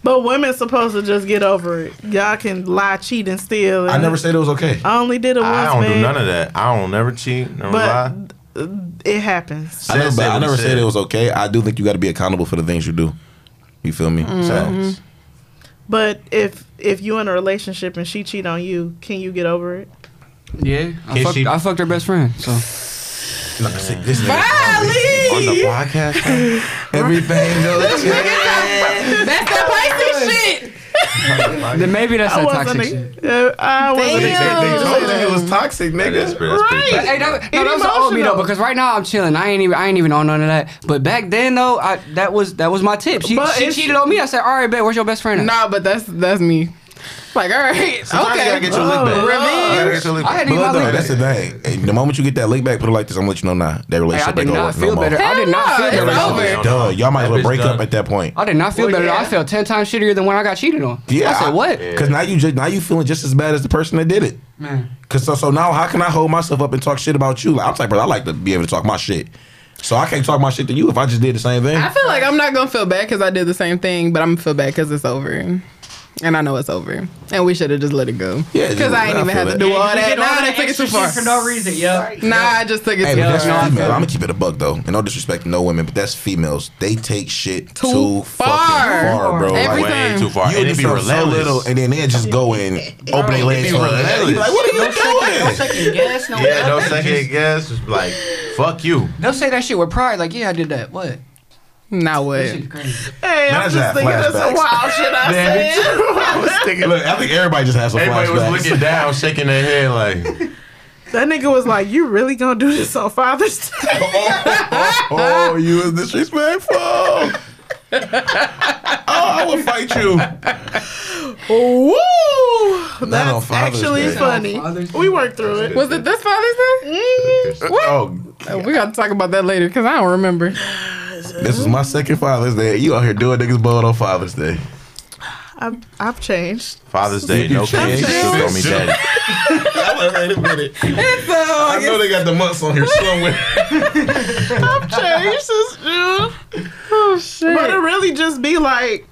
But women supposed to just get over it. Y'all can lie, cheat, and steal. And I never said it was okay. I only did it once, I don't man. do none of that. I don't never cheat, never But lie. it happens. I never, Said- but I what he never said. it was okay. I do think you got to be accountable for the things you do. You feel me? So But if if you in a relationship and she cheat on you, can you get over it? Yeah, I Is fucked, she- I fucked her best friend. So no, see, this nigga- on the podcast. man. everything goes. that's that Pisces shit. then maybe that's I that wasn't. toxic A, shit. Yeah, I wasn't. Damn. a- it was toxic, That's nigga. pretty. That's pretty But, tough. hey, that, no, that was old me though, Emotional. because right now I'm chilling. I ain't even I ain't even on none of that. But back then though, I that was that was my tip. She, But she if- cheated on me. I said, all right, babe, where's your best friend? At? Nah, but that's that's me. Like, all right, Sometimes you okay. gotta get your lick back. Oh, You gotta get your lick I back. had to But get my look, though, lick that's back. the thing. Hey, The moment you get that leg back, put it like this. I'm gonna let you know now. That Hey, I relationship did ain't gonna not work no feel more. better. I did not Hell feel no, better. it's That over. bitch Duh, y'all might as well That bitch break up done. at that point. I did not feel Well, better. I yeah. felt ten times shittier than when I got cheated on. Yeah, I said what? Because now you just now you feeling just as bad as the person that did it. Man. Cause so so now how can I hold myself up and talk shit about you? Like I'm like, bro, I like to be able to talk my shit. So I can't talk my shit to you if I just did the same thing. I feel like I'm not gonna feel bad because I did the same thing, but I'm gonna feel bad because it's over. And I know it's over. And we should have just let it go. Yeah, Because I ain't I feel even had to that. do Yeah, all that. Nah, I took it too far. For no reason, yeah. Nah, I just took it Hey, too but far. that's female. I'm gonna keep it a buck though, and no disrespect to no women, but that's females. They take shit too, far. fucking far, bro. Every like, Way time. too far. you and do it be something so relentless. little, and then they just go and open their legs. Be for another. You be relentless. Like, what are you No doing? second guess, no yeah, no nothing, second just- guess. Just like, fuck you. They'll say that shit with pride. Like, yeah, I did that. What? Nah, what? That shit crazy. Hey, I'm That's just that thinking that's a flashbacks. wild shit I Man, said. I was thinking, look, I think everybody just has some Everybody flashbacks. was looking down, shaking their head like, That nigga was like, "You really gonna do this on Father's Day?" Oh, you was disrespectful. oh, I would fight you. Woo! on That's Father's actually Day. funny. Father's Day. We worked through it. Was it this Father's Day? Oh, Oh, we gotta talk about that later because I don't remember. this is my second Father's Day. You out here doing niggas blood on Father's Day. I've, I've changed. Father's Day, no kids, changed. just call me daddy. Wait a minute. uh, It's a I know they got the months on here somewhere. I'm Jesus, dude. Oh shit. But it really just be like,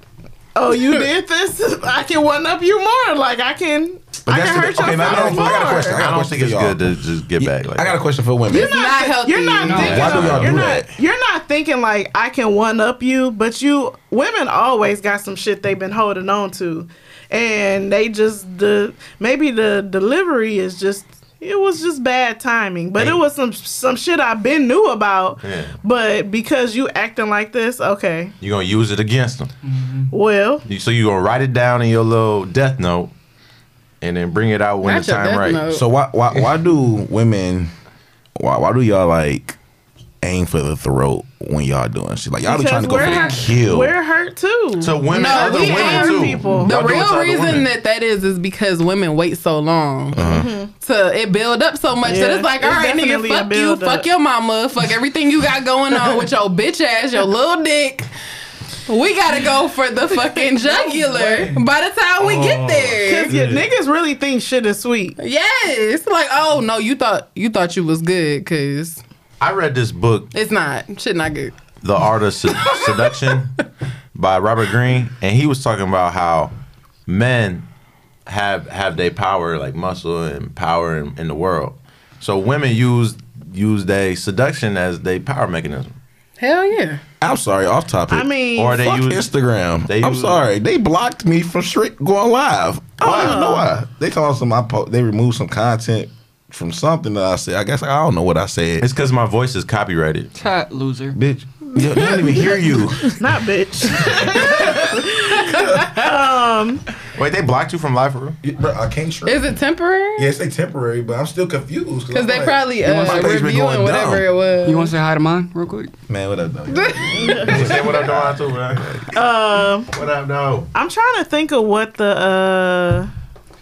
oh, you did this. I can one up you more. Like I can. I can hurt your okay, now, I got feelings a- I got a more. question. I got a question for it's y'all. good to just get back. Like I got a question for women. You're not, thi- You're not No. thinking. Why do y'all you're do not, that? You're not thinking like I can one up you, but you women always got some shit they've been holding on to, and they just the maybe the delivery is just it was just bad timing, but it was some some shit I've been knew about, Yeah. but because you acting like this, okay, You're gonna use it against them. well. You- So you gonna write it down in your little death note, and then bring it out when the time right. So why why why do women why why do y'all like aim for the throat when y'all doing shit? Like y'all be trying to go for we're the hurt- kill. We're hurt too. So women- No, other we women aim too. people. The Y'all do it to real other reason women. that that is is because women wait so long Uh-huh. to it build up so much that Mm-hmm. Yeah, it's like, it's all right, definitely nigga, a fuck you, build up. fuck your mama, fuck everything you got going on with your bitch ass, your little dick. We gotta go for the fucking jugular by the time we Oh. get there. Cause your niggas really think shit is sweet. Yes, like oh no, you thought you thought you was good, cause I read this book, it's not shit not good. The Art of Sed- Seduction, by Robert Greene, and he was talking about how men have have their power, like muscle and power in, in the world. So women use use their seduction as their power mechanism. Hell yeah. I'm sorry, off topic. I mean, Or they Fuck use Instagram. they I'm use- sorry, they blocked me from straight going live. I don't even know why. They caused some. I po- they removed some content from something that I said. I guess I don't know what I said. It's because my voice is copyrighted. Cat loser. Bitch, they don't even hear you. Not bitch. Wait, they blocked you from live for real? Bro, I can't straight. Is it temporary? Yes, they temporary, but I'm still confused. Cause they probably You want uh, my page been reviewing going whatever down. it was. You want to say hi to mine real quick? Man, what up, though? Say what up, though, too, bro. Um, what up, though? I'm trying to think of what the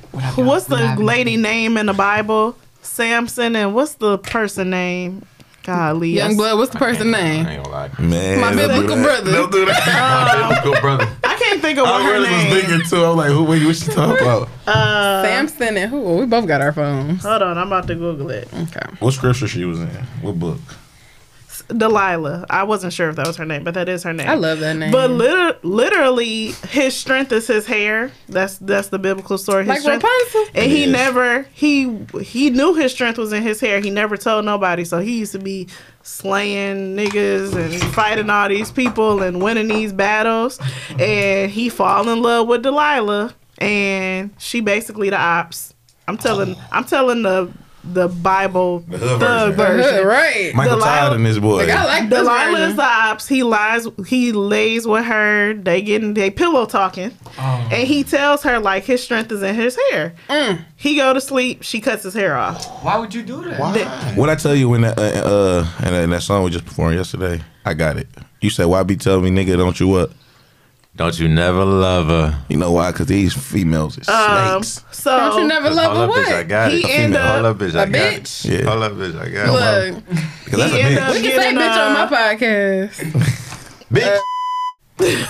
uh what's the lady name in the Bible? Samson and what's the person name? Golly. Young I- blood, what's the person I name? ain't gonna lie. Man, My don't do biblical that. brother. Don't do that. My biblical brother. I can't think of what I her really was name. thinking too. I'm like, who? What you talking about? Uh-huh. Samson and who? Well, we both got our phones. Hold on, I'm about to Google it. Okay. What scripture she was in? What book? Delilah. I wasn't sure if that was her name, but that is her name. I love that name. But liter- literally, his strength is his hair. That's that's the biblical story. His like strength- Rapunzel. and he Yes. never he he knew his strength was in his hair. He never told nobody. So he used to be slaying niggas and fighting all these people and winning these battles. And he fall in love with Delilah, and she basically the ops. I'm telling I'm telling the the Bible The hood thug version. version. Right. Michael Delilah- Todd and this boy. Like I like this Delilah is version. the ops. He lies. He lays with her. They getting they pillow talking, and he tells her like his strength is in his hair. Mm. He go to sleep. She cuts his hair off. Why would you do that? What I tell you when that uh, uh and, and that song we just performed yesterday? I got it. You said why be telling me nigga don't you what? Don't you never love her. You know why? Cause these females is Um, snakes. Don't you so never love Hold up, a bitch, I what? uh, got he it. end female. Hold up. up, bitch, I got a bitch. it. Yeah. Hold up, bitch, I got it. Look, Cause that's a he end up bitch. we can say getting, bitch on uh, my podcast. Bitch.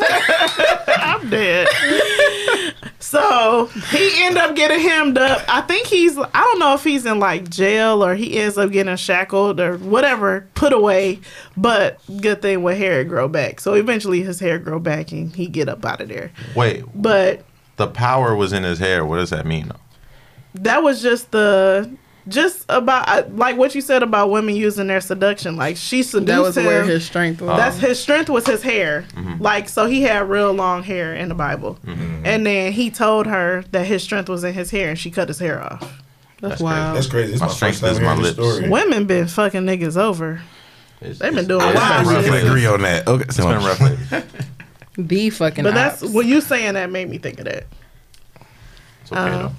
I'm dead. so he end up getting hemmed up. I think he's I don't know if he's in like jail or he ends up getting shackled or whatever, put away. But good thing with hair it grow back. So eventually his hair grow back and he get up out of there. Wait, But the power was in his hair. What does that mean, though? that was just the just about I- like what you said about women using their seduction. Like she seduced That was him. where his strength was. That's his strength was his hair. Like so he had real long hair in the Bible. And then he told her that his strength was in his hair and she cut his hair off. That's wild. crazy. It's My strength is my lips. Women been fucking niggas over. It's- They've been it's- doing it's wild been shit. rough We can lately. agree on that. Okay, It's been rough lately. The fucking. But that's ops. when you saying that made me think of that. It's okay, Uh-huh. Oh. though.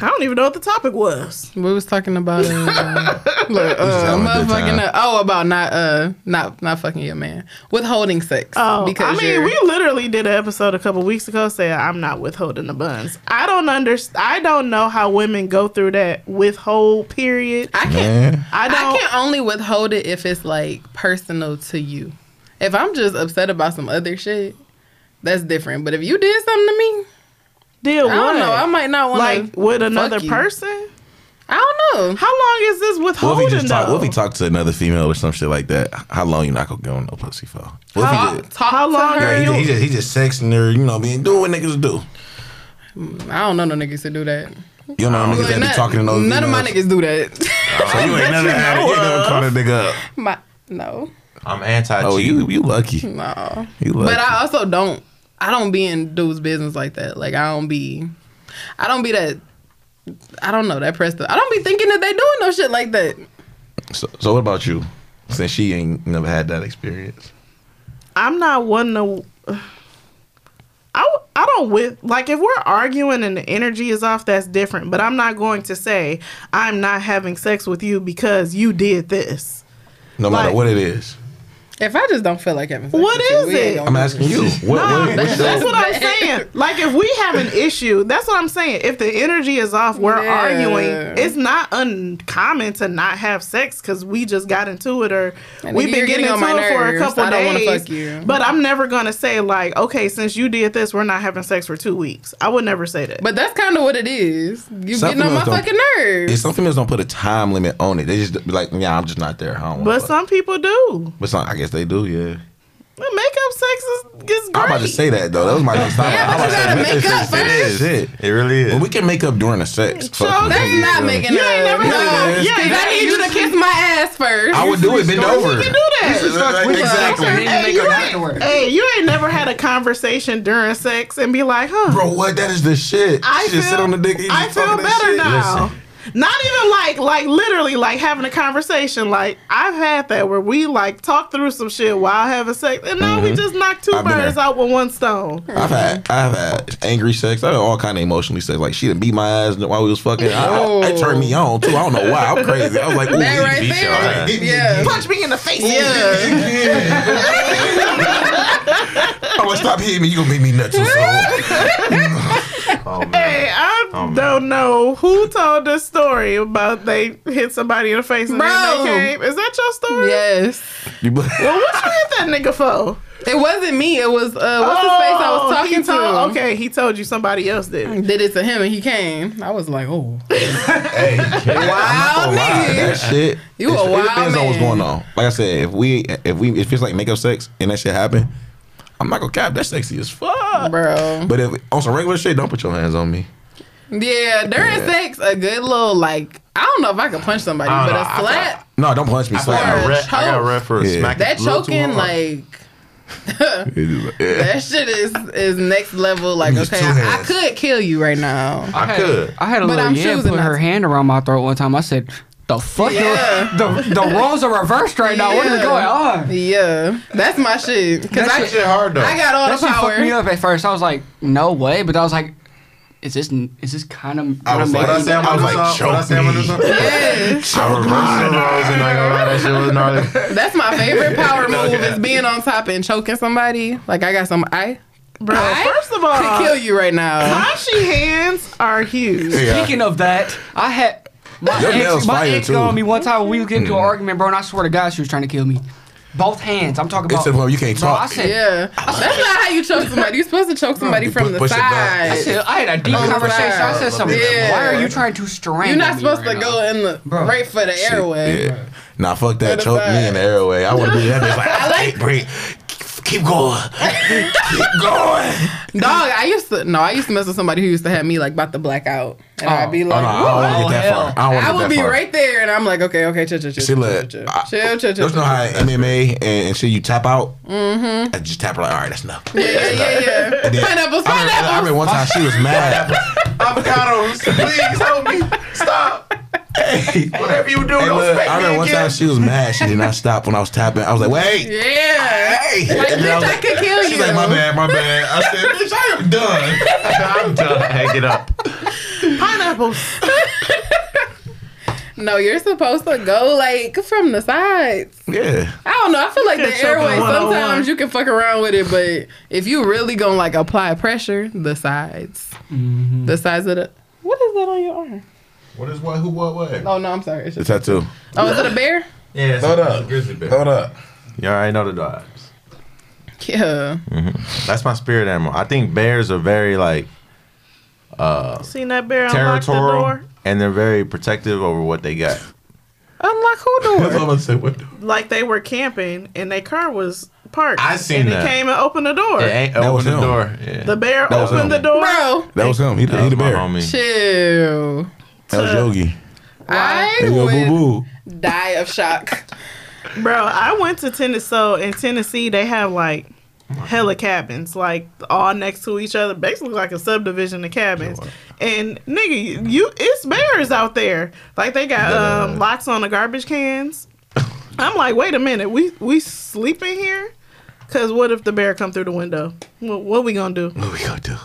I don't even know what the topic was. we was talking about. Uh, look, uh, having a good motherfucking. time. Uh, oh, about not uh not not fucking your man, withholding sex Oh, because I mean, you're, we literally did an episode a couple weeks ago saying I'm not withholding the buns. I don't understand. I don't know how women go through that withhold period. I can't. Man, I I don't. can only withhold it if it's like personal to you. If I'm just upset about some other shit, that's different. But if you did something to me, deal I with don't know. I might not want like to. with another you. person. I know. How long is this What if withholding he just talk? though? What if he talked to another female or some shit like that? How long you not gonna go on no pussy for? What if he did? How long Yeah, are he, you? just, he just he just sexting her, you know, being doing what niggas do. I don't know no niggas that do that. You don't know, them niggas that be None- talking to those. None of my females. niggas do that. So you ain't never had it. You ain't never called a nigga up. my no, I'm anti cheat. Oh, you you lucky. no. You lucky. But I also don't. I don't be in dudes' business like that. Like I don't be. I don't be that. I don't know that pressed. up. I don't be thinking that they doing no shit like that. so, so what about you? Since she ain't never had that experience. I'm not one to. I, I don't with like if we're arguing and the energy is off that's different but i'm not going to say i'm not having sex with you because you did this No matter Like- what it is. If I just don't feel like having sex What with you, is we ain't it? gonna I'm do asking this. you. What, what, what's your, That's what I'm saying. Like if we have an issue, that's what I'm saying. If the energy is off, we're Yeah. arguing. It's not uncommon to not have sex because we just got into it or And we've been you're getting getting into on it my for a nerves. couple I don't wanna days. fuck you. But I'm never gonna say like, okay, since you did this, we're not having sex for two weeks. I would never say that. But But that's kind of what it is. You Some getting on my females don't- fucking if nerves. some females don't put a time limit on it, they just be like, yeah, I'm just not there. I don't wanna but fuck." some people do. but some, I guess they do, yeah. But Makeup sex is, is great. I'm about to say that though. That was my next topic. Yeah, but I'm about you to say gotta makeup make up sex, It is. It. It really is. Well, we can make up during the sex. Fuck, that's nigga, Not you making you up. ain't never Yeah, had it yeah, is. I need you to kiss my ass first. I would do it. Bend over. You can do that. Exactly. Then you Hey, make you up ain't- afterwards. Hey, you ain't never had a conversation during sex and be like, huh? Bro, what? That is the shit. I she just feel, sit on the dick. and you I just feel talking that better shit. now. Not even like like literally like having a conversation. Like I've had that where we like talk through some shit while having sex, and now we just knock 2 Mm-hmm. I've been birds there. out with one stone. I've had I've had angry sex. I've had all kind of emotionally sex. Like she done beat my ass while we was fucking. I, I, it turned me on too. I don't know why. I'm crazy. I was like, ooh, That you right beat your there. ass. Yeah. Punch me in the face. Yeah. I'm gonna stop hitting me. You gonna beat me nuts and so. oh, man. Hey, I Oh, man. don't know who told this story about they hit somebody in the face and then Bro. they came. Is that your story? Yes. You be- Well, what you hit that nigga for? It wasn't me. It was uh, what's his face I was Oh, talking he told- to. Okay, he told you somebody else did. it. Did it to him and he came. I was like, oh, hey, wow, Wild nigga. that shit. You a it's- wild It depends on what's man. going on. Like I said, if we if we if it's like makeup sex and that shit happen, I'm not gonna cap. That's sexy as fuck. bro. But if on some regular shit, don't put your hands on me. Yeah, during Yeah. sex, a good little like I don't know if I could punch somebody, I but don't know. a I- slap No, don't punch me. I got Slap Or a me. rep. I got a rep for a Yeah. smack. that a little too choking hard. like. Yeah. That shit is is next level. Like, Just okay, two I, I hands. could kill you right now. I could. I had a But little I'm yam choosing put not her to. hand around my throat one time. I said, "The fuck? Yeah. The, the the roles are reversed right now. What is Yeah. going on?" Yeah, that's my shit. Cause That I, That shit hard though. I got all That the shit fucked me power. up at first. I was like, "No way," but I was like, "Is this is this kind of?" I was What I like, say I'm I was gonna do something? What like, I choke say I'm gonna do me. something? Yes, I reversed the roles and I ain't gonna lie, that shit was gnarly. that's my favorite power No, move yeah. is being on top and choking somebody. Like I got some, I Bro, I first of could kill all, you right now. Kashi hands are huge. uh, Speaking of that, I had my Your nails ex, my fire, ex too. got on me one time. We was getting into an argument, bro, and I swear to God, she was trying to kill me. Both hands. I'm talking It's about. to the point where you can't Bro, I talk. said, Yeah, that's not how you choke somebody. You're supposed to choke somebody You from pu- the push it back. I side. said, I had a deep Oh, conversation. I said wow. something. Yeah. Why are you trying to strangle? You're not me supposed right to now?" go in the right for the airway. Yeah. Nah, fuck that. Put it Choke me back. in the airway. I want to be that bitch. Like, I like break. Keep going. Keep going. Dog, I used to no, I used to mess with somebody who used to have me like about to black out, and I'd be Oh, like, no, I don't want to Oh, get that hell. far. I don't want to I get would that be far. right there, and I'm like, okay, okay, chill, chill, chill, See, chill, look, chill, I- chill, chill, chill, Don't you chill. know how in MMA and, and shit you tap out? Mm-hmm. I just tap her like, all right, that's enough. Yeah, yeah, yeah, yeah. then- Pineapples, I remember, I pineapples. remember one time she was mad. Avocados, please help me. Stop. Whatever you do, Hey, don't look, spank I me remember one again. time she was mad. She did not stop when I was tapping. I was like, wait. Yeah. Hey. Like, And then I bitch, was I could kill you. She's like, my bad, my bad. I said, bitch, I am done. I'm done. Hey, get up. Pineapples. No, you're supposed to go like from the sides. Yeah. I don't know. I feel like the Catch up on airway. 101. Sometimes you can fuck around with it, but if you really gonna like apply pressure, the sides, the sides of the. What is that on your arm? What is what? Who? What? What? Oh no, I'm sorry. It's The just, tattoo. oh, is it a bear? Yeah. Hold up. Grizzly bear. Hold up. You already know the dogs. Yeah. That's my spirit animal. I think bears are very like Seen that bear unlock the territorial. door? and they're very protective over what they got. I'm like, who That's all door? I said. What? the- like they were camping and their car was parked. I seen and that. He came and opened the door. It ain't That was open the him. door. Yeah. The bear That was opened the him. door. Bro, That was him. He, the- That he the was my bear. homie. chill. That was Yogi. I There you go, would boo boo. die of shock. Bro, I went to Tennessee. So in Tennessee, they have like Oh hella cabins, like all next to each other, basically like a subdivision of cabins. And nigga, you it's bears out there. Like they got um, locks on the garbage cans. I'm like, wait a minute, we we sleeping here? Cause what if the bear come through the window? What, what we gonna do? What we gonna do?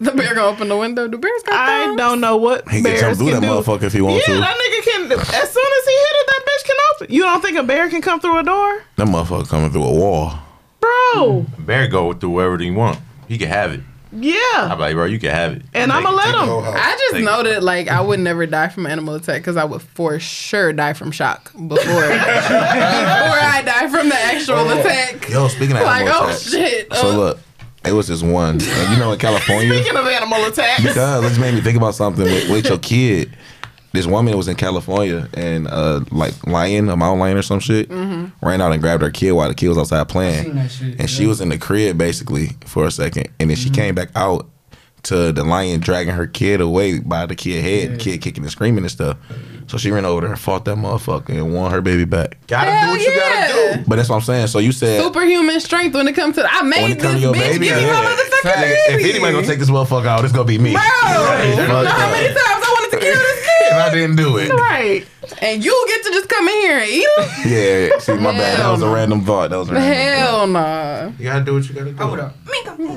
The bear gonna open the window. The bear's got I thumbs. don't know what He can bears can jump through that do. motherfucker if he Yeah, wants to. that nigga can. As soon as he hit it, that bitch can open. You don't think a bear can come through a door? That motherfucker coming through a wall. Hmm. bro. Bear go through wherever you want. He can have it. Yeah, I'm like, bro, you can have it. and I'm gonna let him. I just Thank know that like I would never die from animal attack because I would for sure die from shock before before I die from the actual attack. Yo, speaking of Like, Oh, animal oh, attacks, shit. So Oh. look, it was this one. And you know, in California, Speaking of animal attacks, because it just made me think about something with, with your kid. This woman was in California and uh, like lion, a mountain lion or some shit, Mm-hmm. ran out and grabbed her kid while the kid was outside playing, seen that shit, and she yeah. Mm-hmm. was in the crib basically for a second, and then she came back out to the lion dragging her kid away by the kid head, kid kicking and screaming and stuff. So she ran over there and fought that motherfucker and won her baby back. Gotta Hell do what you yeah. gotta do. But that's what I'm saying. So you said Superhuman strength when it comes to I When it made comes this to your bitch. baby, Give me yeah. my motherfucking Facts. baby. If anybody gonna take this motherfucker out, it's gonna be me. Bro, Right. you know how Fuck many that. times I wanted to kill this kid, and I didn't do it. right? and you get to just come in here and eat him? Yeah, yeah. see, my bad. That was a random thought. That was a random thought. Hell nah, You gotta do what you gotta do. Hold up.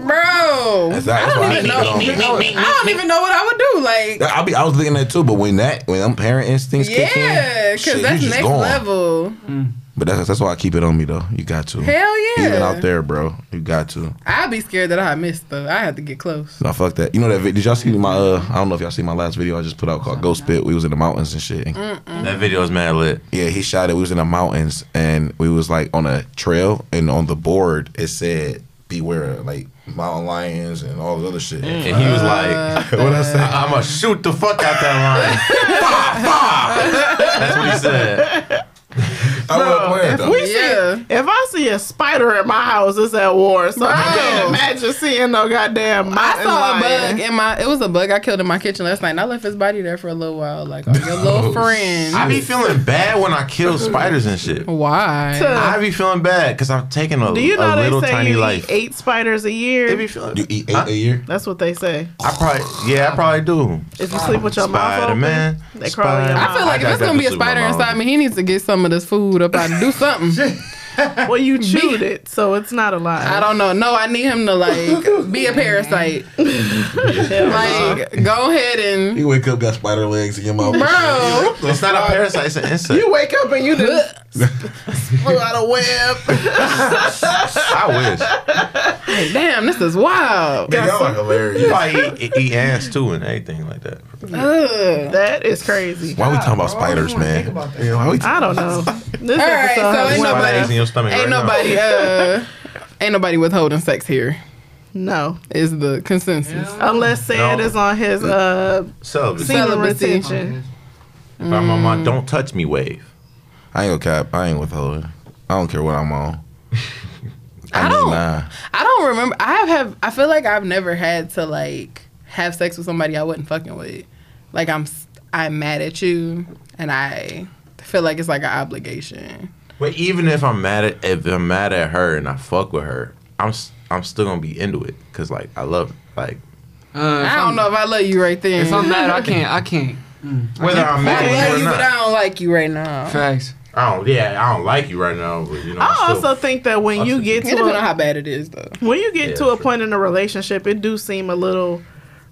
bro. That's, that's I why don't I even keep know. it on. I don't even know what I would do. Like, I be, I was thinking that too, but when that, when them parent instincts kick in, yeah, because shit, that's you just next gone. level. But that's that's why I keep it on me though. You got to, Hell yeah. even out there, bro. You got to. I'd be scared that I missed though. I had to get close. No, fuck that. You know that? vid- Did y'all see my? uh I don't know if y'all see my last video I just put out called Ghost Spit. We was in the mountains and shit. And That video is mad lit. Yeah, he shot it. We was in the mountains and we was like on a trail and on the board it said beware of, like mountain lions and all the other shit. And he was Uh, like, what I say? I'm gonna shoot the fuck out that line. That's what he said. I wasn't playing If though. we see, if I see a spider in my house, it's at war. So I can't Bro. imagine seeing no goddamn I mountain saw a lion. bug in my. It was a bug I killed in my kitchen last night. and I left his body there for a little while, like on your little friend. I be feeling bad when I kill spiders and shit. Why? I be feeling bad because I've taken a, Do you a know little they say tiny you life. eat eight spiders a year? They be feeling- You eat eight a year? That's what they say. I probably, yeah, I probably do. If you sleep with your mouth Spider open, Man. they crawl in your I feel mouth. like if it's gonna be a spider inside me, he needs to get some of this food up out and do something. well, you chewed it, so it's not alive. I don't know. No, I need him to like be a parasite. like go ahead and You wake up, got spider legs in your mouth. bro. It's not a parasite, it's an insect. You wake up and you just blew out a web. I wish. Damn, this is wild. Y'all are hilarious. Probably eat, eat, eat ants too and everything like that. Ugh. That is crazy. Why are we talking about spiders, man? Yeah, why we I don't know. This All right, episode so has ain't went nobody- Spiders in left. your stomach Ain't right now. nobody. Uh, ain't nobody withholding sex here. No, Is the consensus. unless Sad No. is on his uh Celibacy. semen Celibacy. retention. If I'm on my don't touch me wave. I ain't gonna cap. I ain't withholding. I don't care what I'm on. I, I need don't- mine. I don't remember. I have, have. I feel like I've never had to like have sex with somebody I wasn't fucking with. Like I'm. s- I'm mad at you, and I feel like it's like an obligation. But even if I'm mad at if I'm mad at her and I fuck with her, I'm s- I'm still gonna be into it because like I love her. like Uh, if I don't I'm- know if I love you right then. If I'm mad, I can't. I can't. whether I'm mad I at love you you, or but I not. don't like you right now. Facts. I don't. Yeah, I don't like you right now. But you know, Oh, I I'm also still, think that when you Fuck get It to depends on a, how bad it is, though. when you get Yeah, to a true. point in a relationship, it do seem a little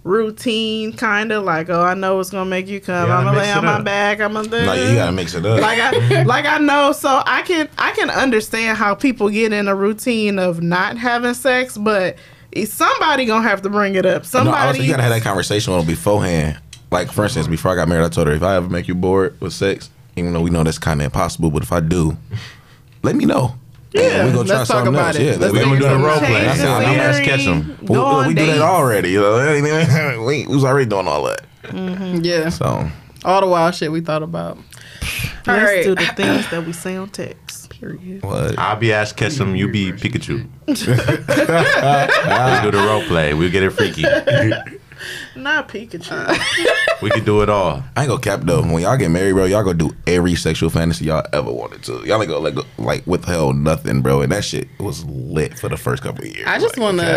routine, kind of like, oh, I know it's gonna make you come. Yeah, I'm gonna mix lay it on my up. back. I'm gonna. No, you gotta mix it up. like I like I know so I can I can understand how people get in a routine of not having sex, but if somebody gonna have to bring it up. No, honestly, Somebody you gotta have that conversation with them beforehand. Like, for instance, before I got married, I told her if I ever make you bored with sex, even though we know that's kind of impossible, but if I do, let me know. Yeah, we gonna try let's talk something about else. it. Yeah, Let's we do gonna do the some role change play. I the said, I'm gonna ask scenery, catch them. go We, on we do that dates. already. You know, we, we was already doing all that. Yeah. So All the wild shit we thought about. All Let's right. do the things that we say on text. Period. I'll be Ash Ketchum, you be Pikachu. Let's do the role play. We'll get it freaky. Not Pikachu. We could do it all. I ain't gonna cap though. When y'all get married, bro, y'all gonna do every sexual fantasy y'all ever wanted to. Y'all ain't gonna like go- like withheld nothing, bro. And that shit was lit for the first couple of years. I just Like, want okay,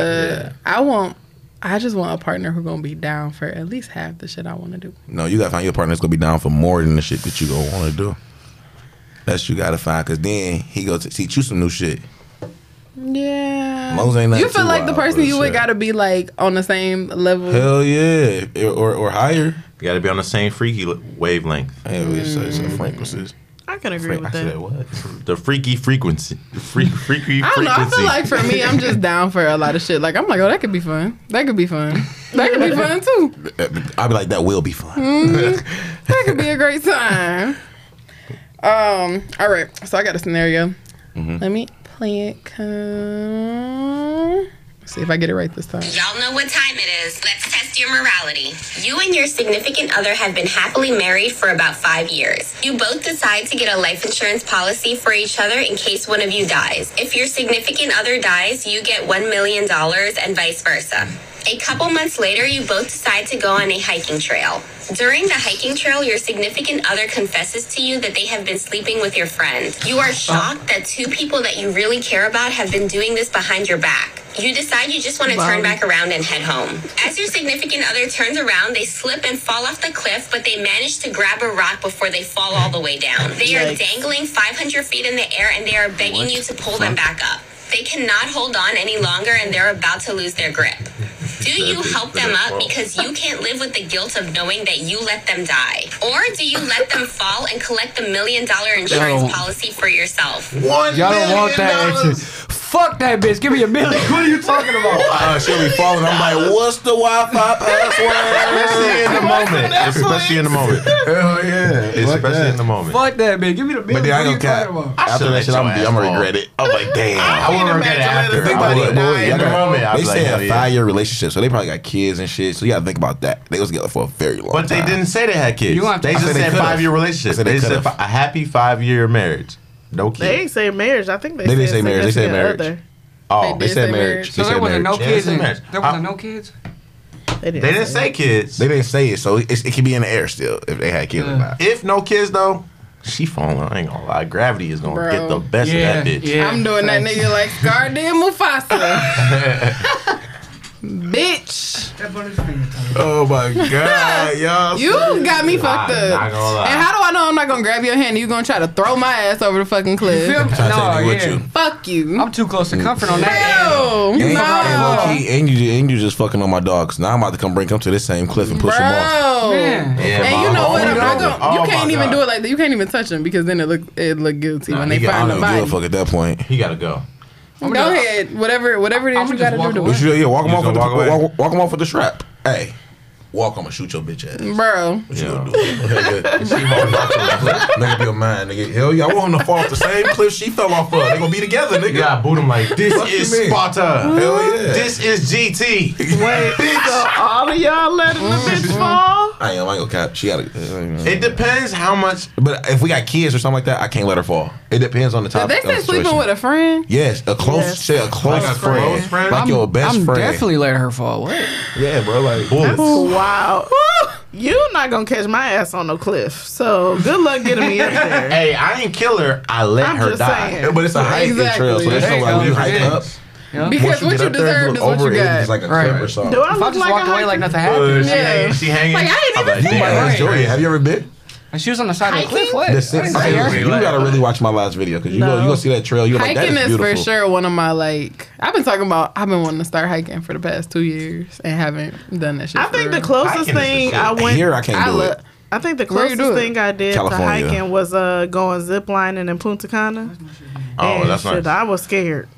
to. I want. I just want a partner who's gonna be down for at least half the shit I want to do. No, you gotta find your partner that's gonna be down for more than the shit that you gonna want to do. That's you gotta find, cause then he go to teach you some new shit. Yeah. Mo's ain't nothing you feel too like the wild, person but you would shit. gotta be like on the same level. Hell yeah, or or higher. You got to be on the same freaky l- wavelength. Hey, it's, it's Mm. a frequencies. I can agree with that. what? The freaky frequency. The freak, freaky frequency. I don't know. I feel like for me, I'm just down for a lot of shit. Like I'm like, oh, that could be fun. That could be fun. That could be fun too. I'll be like, that will be fun. That could be a great time. Um. All right. So I got a scenario. Mm-hmm. Let me play it. Come. See if I get it right this time. Y'all know what time it is. Let's test your morality. You and your significant other have been happily married for about five years. You both decide to get a life insurance policy for each other in case one of you dies. If your significant other dies, you get $1 million and vice versa. A couple months later, you both decide to go on a hiking trail. During the hiking trail, your significant other confesses to you that they have been sleeping with your friend. You are shocked that two people that you really care about have been doing this behind your back. You decide you just want to turn back around and head home. As your significant other turns around, they slip and fall off the cliff, but they manage to grab a rock before they fall all the way down. They are Yikes. dangling 500 feet in the air and they are begging you to pull them back up. They cannot hold on any longer and they're about to lose their grip. Do you help them up because you can't live with the guilt of knowing that you let them die? Or do you let them fall and collect the million dollar don't- insurance policy for yourself? Y'all don't want that extra. Fuck that bitch. Give me a million. What are you talking about? Uh, she'll be falling. I'm like, what's the Wi-Fi Especially in the password? moment. Especially in the moment. Hell yeah. Especially in the moment. Fuck that bitch. Give me the million. But then I What go are you talking cap. about? I After should've that shit, let I'm, your I'm ass gonna fall. regret it. I'm like, damn. I won't regret it after. Think about it. in Boy, y'all the got- moment, I They was like, say hell a yeah. five year relationship, so they probably got kids and shit. So you gotta think about that. They was together for a very long But they time. didn't say they had kids. You want- they I just said they said could've. five year I relationship. said They, they just said could've. fi- a happy five year marriage. No kids. They ain't say marriage. I think they, They didn't said say marriage, they said significant marriage. other. Oh, They they, did said say marriage. marriage. So They there said wasn't no marriage. Yeah, they kids. said in- marriage. There wasn't no kids. They didn't, They didn't say kids. They didn't say it, so it, it can be in the air still if they had kids or not. If no kids though, she falling. I ain't gonna lie. Gravity is gonna Bro. get the best of that bitch. I'm doing that nigga like Scar did Mufasa. Bitch. Oh my god, y'all. You got me fucked Nah, up. not gonna lie. And how do I know I'm not gonna grab your hand and you gonna try to throw my ass over the fucking cliff? Feel- trying to no, take me with yeah. you. Fuck you. I'm too close to comfort on that. Bro, And, and no. low-key, and you and you just fucking on my dog. 'cause now I'm about to come bring him to this same cliff and push him off. Bro. Man. Yeah, And my you know what? I'm homie not dog. gonna. You Oh can't my even God. do it like that. You can't even touch them because then it look it look guilty Nah, when he they got- I find the don't give a body. fuck at that point. He gotta go. Go ahead, whatever whatever it is I'ma you just gotta do walk to away. But you, yeah, walk him You off. just With the, gonna walk away? walk, walk him off with the strap. Hey, walk. I'm gonna shoot your bitch ass. it. Bro, What you gonna do? nigga, be your mind, nigga. Hell yeah, I want him to fall off the same cliff she fell off of. They gonna be together, nigga. You gotta boot him like this Fuck you is mean? Sparta. Hell yeah. This is GT. Wait, so all of y'all letting the bitch fall? I am. I ain't gonna cap. She gotta. uh, It depends how much. But if we got kids or something like that, I can't let her fall. It depends on the did topic. they of the say sleeping situation. with a friend? Yes, a close, Yes. say a close Like a friend, close friend? like your best I'm friend. definitely letting her fall. What? yeah, bro. Like, Bullets. Wow. You not gonna catch my ass on no cliff. So good luck getting me up there. Hey, I ain't kill her. I let I'm her just die. saying. but it's a hiking Exactly. trail, so it's There not you like go. when you hike Yeah. up. once Because what you, get up there and you deserve is look what you over it, it's got. just like a Right. cliff or something. Do I If I look just like a walked away like hiker? nothing Uh, happened, she, Yeah. hanging, she hanging. Like, I didn't even I'm like, You damn. might enjoy it. Have you ever been? and she was on the side of the cliff. Hiking? What? The six, I you didn't see her. gotta really watch my last video because you No. know you gonna see that trail. You're like, that Hiking is is beautiful. for sure one of my like. I've been talking about. I've been wanting to start hiking for the past two years and haven't done that shit. I for think real. the closest Hiking is the thing shit. I went Here I can't I do lo- it. I think the Where you closest do it? thing I did California. to hiking was uh going ziplining in Punta Cana. Oh, And that's shit, nice. I was scared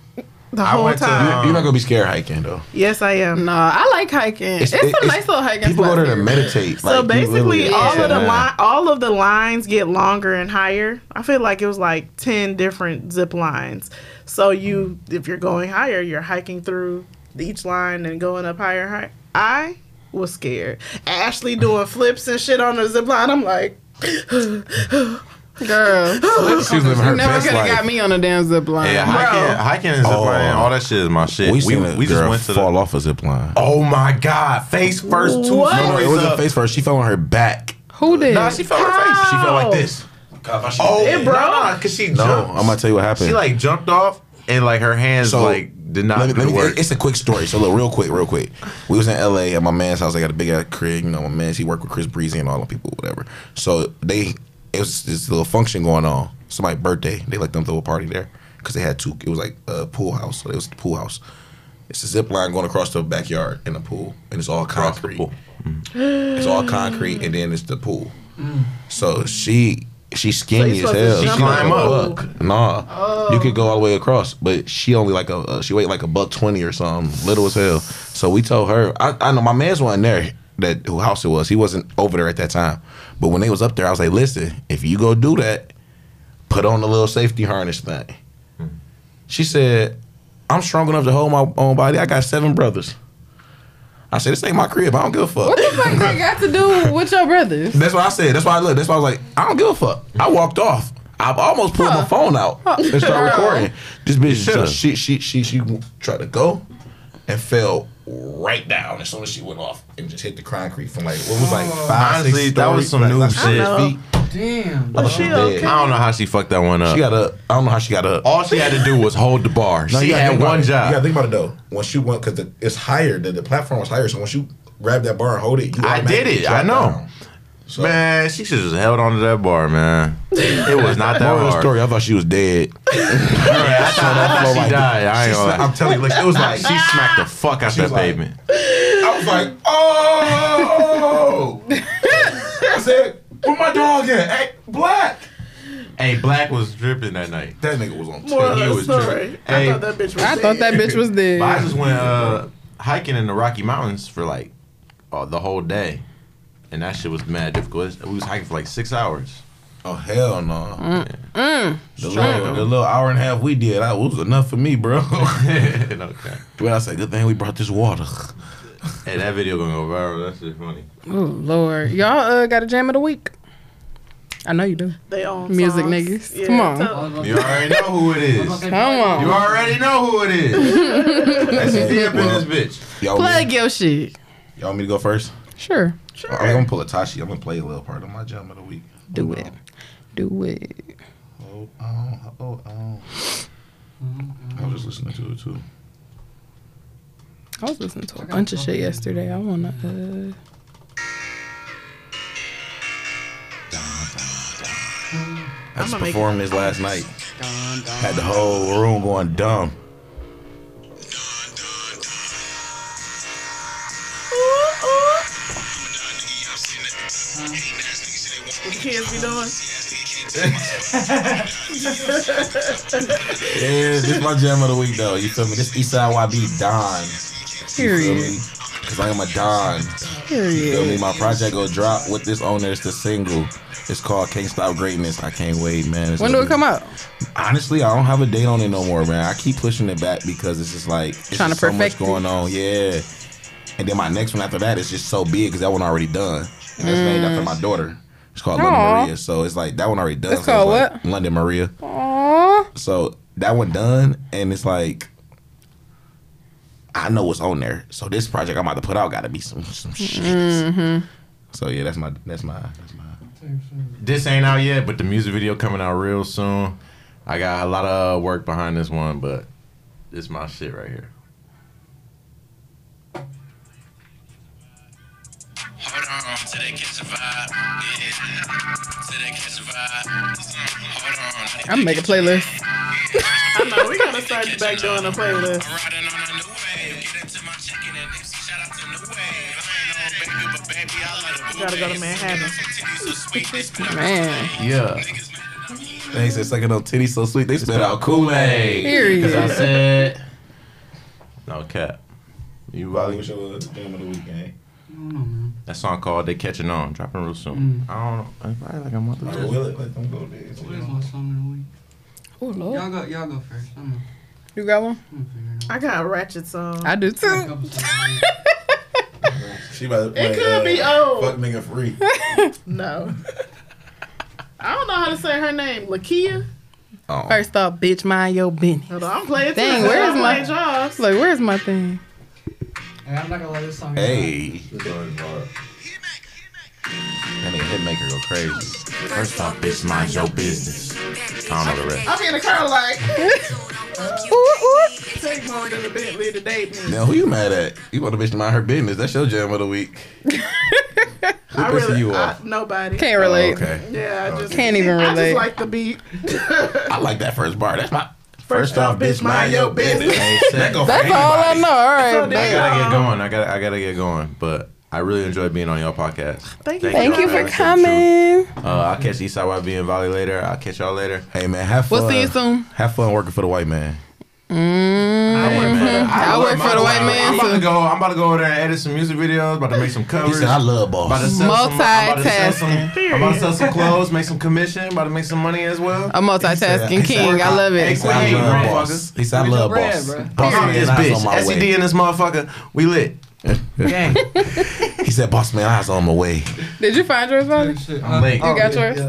the I whole went to- time. You're not gonna be scared hiking though. yes, I am. No, I like hiking. It's, it- a nice little hiking. People go spot there to here. meditate. So basically, all of the line. line, all of the lines get longer and higher. I feel like it was like ten different zip lines. So you, if you're going higher, you're hiking through each line and going up higher. higher. I was scared. Ashley doing flips and shit on the zip line. I'm like, girl, She was living her you never best could have life. got me on a damn zip line. Yeah, hiking, hiking and zip line, all that shit is my shit. Oh. We, We, seen a we just girl went to the. fall off a zip line. Oh my god! Face first, two No, no, it stories wasn't up. face first. She fell on her back. Who did? Nah, she fell on her face. She fell like this. Oh, It bro, nah, cause she No, jumped. I'm gonna tell you what happened. She like jumped off and like her hands So, like did not let me, do let the me, work. It's a quick story. So look, real quick, real quick. We was in LA at my man's house. I got a big ass crib. You know, my man's he worked with Chris Breezy and all them people, whatever. So they it was this little function going on. Somebody's birthday. They let them throw a party there because they had two. It was like a pool house. So it was the pool house. It's a zip line going across the backyard in the pool, and it's all concrete. It's all concrete, and then it's the pool. So she she skinny So you as supposed hell. to She jump climb on the up. Nah, you could go all the way across, but she only like a uh, she weighed like a buck twenty or something, little as hell. So we told her, I, I know my man's wasn't there that who house it was. He wasn't over there at that time. But when they was up there, I was like, listen, if you go do that, put on the little safety harness thing. She said, I'm strong enough to hold my own body. I got seven brothers. I said, this ain't my crib. I don't give a fuck. What the fuck that got to do with your brothers? That's what I said. That's why I looked. That's why I was like, I don't give a fuck. I walked off. I almost pulled my phone out and started recording. This bitch, should've. just, she, she, she, she tried to go and fell right down as soon as she went off and just hit the concrete from like what was like five, six Honestly, that was stories, some like, new like, shit. six I know. feet. Damn. Oh, I thought she was dead. I don't know how she fucked that one up. She got up. I don't know how she got up. All she had to do was hold the bar. No, she you gotta had think about one it. You gotta job. think about it though. Once you went, because it's higher, the, the platform was higher. So once you grab that bar and hold it, you I did automatically it. I drop know. down. Man, she should have just held onto that bar, man. It was not that Moral of the hard. story, I thought she was dead. I thought, I thought floor she like- died. I she ain't gonna sla- I'm lie. telling you, like, it was like She smacked the fuck out She that was like- pavement. I was like, oh. I said, where my dog at? Hey, black. Hey, Black was dripping that night. That nigga was on. more of He that was story. tripping. I Hey. thought that bitch was I thought that bitch was dead. But I just went uh, hiking in the Rocky Mountains for like uh, the whole day, and that shit was mad difficult. We was hiking for like six hours. Oh hell no. Mm. The, little, the little hour and a half we did, that was enough for me, bro. okay. But I said, good thing we brought this water. Hey, that video gonna go viral. That's just funny. Oh Lord, y'all uh, got a jam of the week. I know you do. They own Music songs. niggas. Yeah, Come on. tell- You already know who it is. Come on, You already know who it is. That's D up in this bitch. Y'all, want plug me, your shit. y'all want me to go first? Sure, I'm gonna pull a Tashi. I'm gonna play a little part of my jam of the week. do it, do it. Oh, oh, oh, oh. Mm-hmm. I was just listening to it too. I was listening to a bunch of shit yesterday. I wanna. Uh... I just I'ma make- performed this last night. Had the whole room going dumb. The kids be doing. Yeah, this is my jam of the week though. You feel me? This Eastside YB Don. You feel Period. me? Cause I am a Don. You feel Period. me? My project will drop with this owner. It's the single. It's called Can't Stop Greatness. I can't wait, man. It's When do gonna it be- come out? Honestly, I don't have a date on it no more, man. I keep pushing it back because it's just like it's Tryna just so much perfect it. going on. Yeah. And then my next one after that is just so big because that one already done. And that's named after my daughter. It's called Mm. Aw. London Maria. So it's like that one already done. It's so called like what? London Maria. Aww. So that one done, and it's like I know what's on there. So this project I'm about to put out gotta be some some shit. Mm-hmm. So yeah, that's my that's my that's my. This ain't out yet, but the music video coming out real soon. I got a lot of work behind this one, but this my shit right here. Hold on to that catch a vibe. Yeah. To that catch a vibe. Hold on. I'm making a playlist. I know we gotta start back doing a playlist. I'm riding on a new wave. Get into my chicken and Nipsey. Shout out to New Wave. I ain't no baby, but baby, I love the Gotta go to blueberries. Manhattan. So sweet, they spit out Man, Yeah. They said sucking on titties so sweet they spit out Kool Aid. Cause I period. said no cap. You Probably probably wish I was jam of the week, gang. that song called "They Catching On" dropping real soon. I don't know. It's probably like a month. Like, Or two. will it? Like, don't go there. It's Where's like- my song of the Oh week? Lord, Y'all go, y'all go first. I'm gonna, you got one? I'm gonna figure it out. I got a ratchet song. I do A too. couple songs. She about to play. It could uh, be old. Fuck nigga free. no. I don't know how to say her name. Lakia? First off, bitch, mind your business. Hold on, I'm playing Dang, too. where's I'm my playing jobs. Like, where's my thing? Hey, I'm not gonna let this song. Hey. That nigga hitmaker go crazy. First off, bitch, mind your business. I don't know the rest. I'm in the car like. ooh, ooh. It take more than a Bentley to date me. Now who you mad at? You want a bitch to mind her business? That's your jam of the week. Who pissing you I, off? nobody. Can't Oh, relate. okay. Yeah, I just Can't even I just relate. like the beat. I like that first bar. That's my first, off, bitch, mind your business. That go for That's all Oh, I anybody. know. All right. So I babe. gotta get going. I gotta, I gotta get going. But I really enjoyed being on your podcast. Thank you. Thank y'all you for having some coming. truth. Uh, I'll catch Eastside YB and Volley later. I'll catch y'all later. Hey man, have We'll see you soon. Have fun working for the white man. Mm. I work for the white man. I'm about to go. I'm about to go over there and edit some music videos. About to make some covers. said, "I love boss." About to sell some- I'm about to sell some- Multitasking. I'm about to sell some clothes, make some commission, about to make some money as well. A multitasking king. I love Hey, it. quit hating, motherfuckers. He said, I Where's love your bread, boss. bruh? Boss Period. man, this eyes on bitch. my SED way. in this motherfucker. We lit. Gang. He said, boss man, I was on my way. Did you find yours, Valley? I'm late. You got yours?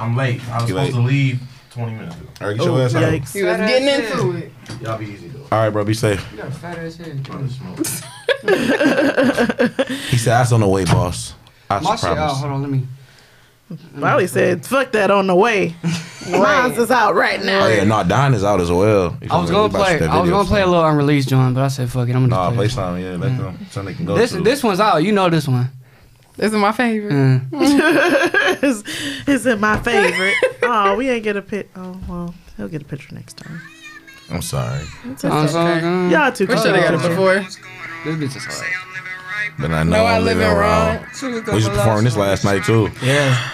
I'm late. I was You supposed late? to leave 20 minutes ago. All right, get your ass out. You was getting into it. Y'all be easy though. All right, bro, be safe. You got a fat ass head. He said, I was on the way, boss. I My promise. shit. Oh, hold on. Let me. Molly said, "Fuck that on the way." Mine's is out right now. Oh yeah, no, Don is out as well. I was gonna play. I was gonna play a little unreleased joint, but I said fuck it. I'm gonna Nah, just play. play this one. some. Oh, Yeah, let them. So they can go. This to. this one's out. You know this one. This is my favorite. Mm. is, is it my favorite? oh, we ain't get a pic. Oh well, he'll get a picture next time. I'm sorry, It's I'm okay. sorry, girl. Y'all too. We Mm. should have got Oh, it before. mm, Oh, This bitch is hard. but I know I'm living wrong. We was performing this last night too. Yeah.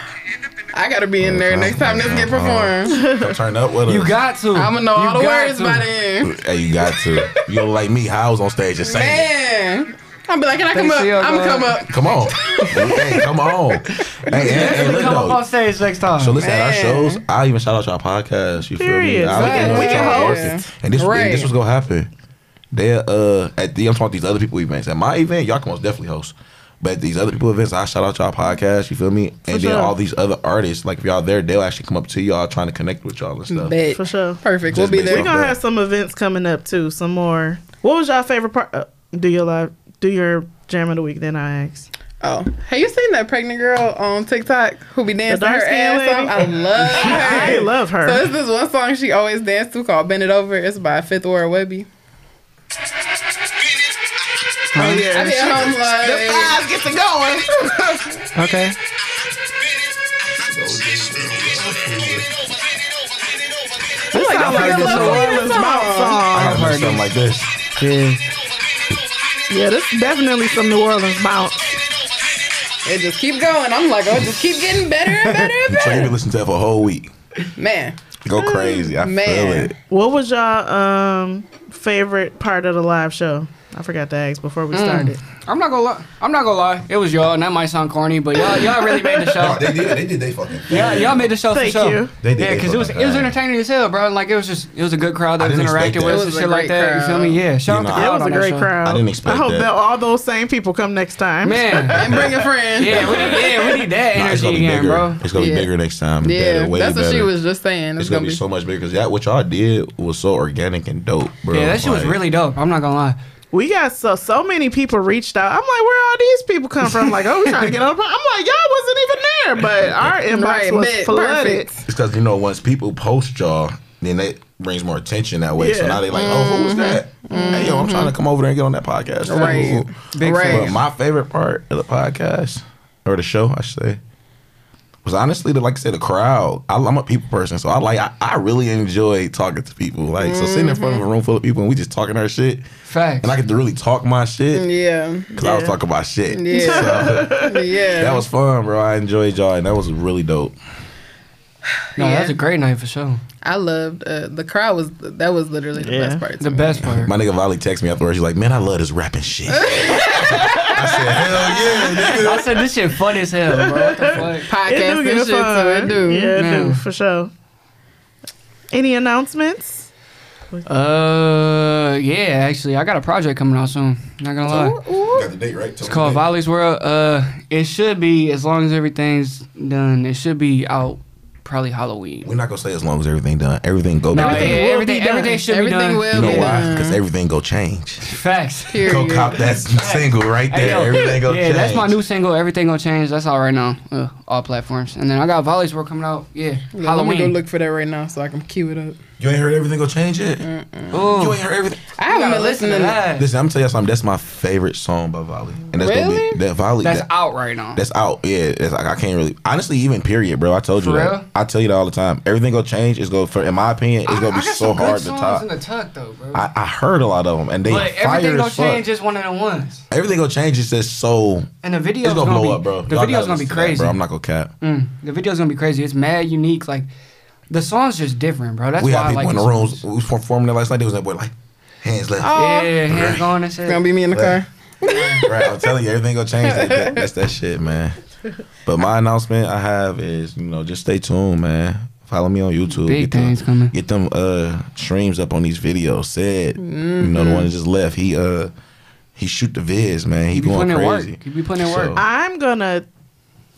I gotta be in there next time this get performed. Come turn up with us. You got to. I'ma know You all the got words to. by then. Hey, you got to. You don't like me? How I was on stage just saying. it. Man. I'm be like, can I come Thanks, up? yo, I'm go come ahead. up. Come on. hey, come on. Hey, hey, hey, Definitely look come up though. on stage next time. So listen at our Man. shows. I even shout out y'all podcast. You feel Period. me? I Right. even We shout can out host. working. And this Right. and this was gonna happen. They uh at the I'm talking about these other people events. At my event, y'all can most definitely host. But at these other people events, I shout out y'all podcast. You feel me? and sure. then all these other artists, like if y'all there, they'll actually come up to y'all trying to connect with y'all and stuff. Bet. For sure. Perfect. Just we'll be make there. We're gonna have some events coming up too. Some more. What was y'all favorite part? Uh, do your live? Do your jam of the week? Then I asked. Oh, have you seen that pregnant girl on TikTok who be dancing her dark-skinned ass off? I love her. I love her. So it's this one song she always danced to called "Bend It Over." It's by Fifth Ward Webby. I be at home Eyes like, get to going. Okay. I'm like, sound I like fucking the New love Orleans this song. song. I heard something like this. Yeah. Yeah, this is definitely some New Orleans bounce. It just keep going. I'm like, oh, it just keep getting better and better and So you better. been listening to that for a whole week. Man, Go crazy. I feel Man. it. What was y'all um favorite part of the live show? I forgot to ask before Mm. we started. I'm not gonna lie. I'm not gonna lie. It was y'all, and that might sound corny, but y'all, y'all really made the show. They did. They did. They fucking. Yeah, y'all made the Oh, show Thank for sure. you. They did yeah, their because it was fucking it was thing. entertaining as hell, bro. Like it was just it was a good crowd that I was didn't expect interacting that. It with us and was a shit like great that. You feel me? crowd. Yeah, shout out You the It know, crowd was a on that great show. crowd. I didn't expect I hope that. that. all those same people come next time. Man, and bring a friend. yeah, we need, yeah, we need that Nah, it's energy gonna be again, bigger. bro. It's gonna Yeah. be bigger next time. Yeah, better, way that's what she better. was just saying. It's, It's gonna, be, so much bigger because that what y'all did was so organic and dope, bro. Yeah, that shit was Like, really dope. I'm not gonna lie. We got so so many people reached out. I'm like, where all these people come from? Like, oh, we trying to get on. the pod. I'm like, y'all wasn't even there, but our inbox Right, was bet, flooded. perfect. It's because you know once people post y'all, then that brings more attention that way. So Yeah. now they like, oh, who was that? Hey, yo, I'm trying to come over there and get on that podcast. Right. Ooh. Big Right. But my favorite part of the podcast or the show, I should say, was honestly the like I said, the crowd. I, I'm a people person, so I like I, I really enjoy talking to people. Like so, sitting in Mm-hmm. front of a room full of people and we just talking our shit, Facts. and I could really talk my shit Yeah, because I was Yeah. talking about shit. Yeah. yeah. That was fun, bro. I enjoyed y'all, and that was really dope. no, that yeah. was a great night for sure. I loved uh, the crowd. Was that was literally the Yeah. best part? to The me. best part. My nigga Volley texted me afterwards. He's like, "Man, I love this rapping shit." I said this shit fun as hell, bro. What the fuck? podcast and get shit. So it do. Yeah, it do Yeah. for sure. Any announcements? quick. Uh, yeah, actually, I got a project coming out soon. Not gonna lie. Got the date right. It's called Volley's World. Uh, it should be as long as everything's done. It should be out probably Halloween. We're not gonna say as long as everything done. Everything go. No, back. yeah, Everything will everything- be done. everything should be done. You know Everything will be why? done. Because everything go change. Facts. Go cop that single right Hey, there. yo, everything go yeah, change. that's my new single. Everything gonna change. That's all right now. Uh, all platforms. And then I got Volley's World coming out. Yeah, Yeah, Halloween. Let me go look for that right now so I can cue it up. You ain't heard everything go change yet. Ooh. You ain't heard everything. I haven't been listening to that. Listen, I'm gonna tell y'all something. That's my favorite song by Volley, and that's gonna be- Really? that Volley. That's that- out right now. That's out. Yeah, that's like I can't really. Honestly, even period, bro. I told you For that. real? I tell you that all the time. Everything gonna change. It's go for. In my opinion, it's gonna be so hard to top. the tuck though, bro. I, I heard a lot of them, and they but fire everything gonna as fuck. change is one of the ones. Everything gonna change. It's just so. And the video's It's gonna, gonna blow be- up, bro. the Y'all gotta video's gonna be listen to that, crazy. bro. I'm not gonna cap. Mm, the video's gonna be crazy. It's mad unique. Like the song's just different, bro. That's we why had I people like in the rooms. We was performing there last night. They was that boy like hands left. Oh. Yeah, hands going and shit. It's gonna be me in the car. right, I'm telling you, everything gonna change. That, that- that's that shit, man. But my announcement I have is, you know, just stay tuned, man. Follow me on YouTube. Big things them, coming. Get them uh streams up on these videos. Said, you know, the Mm-hmm. one that just left. He uh he shoot the vids, man. He, You be going putting in work. crazy. You be putting in work. So- I'm gonna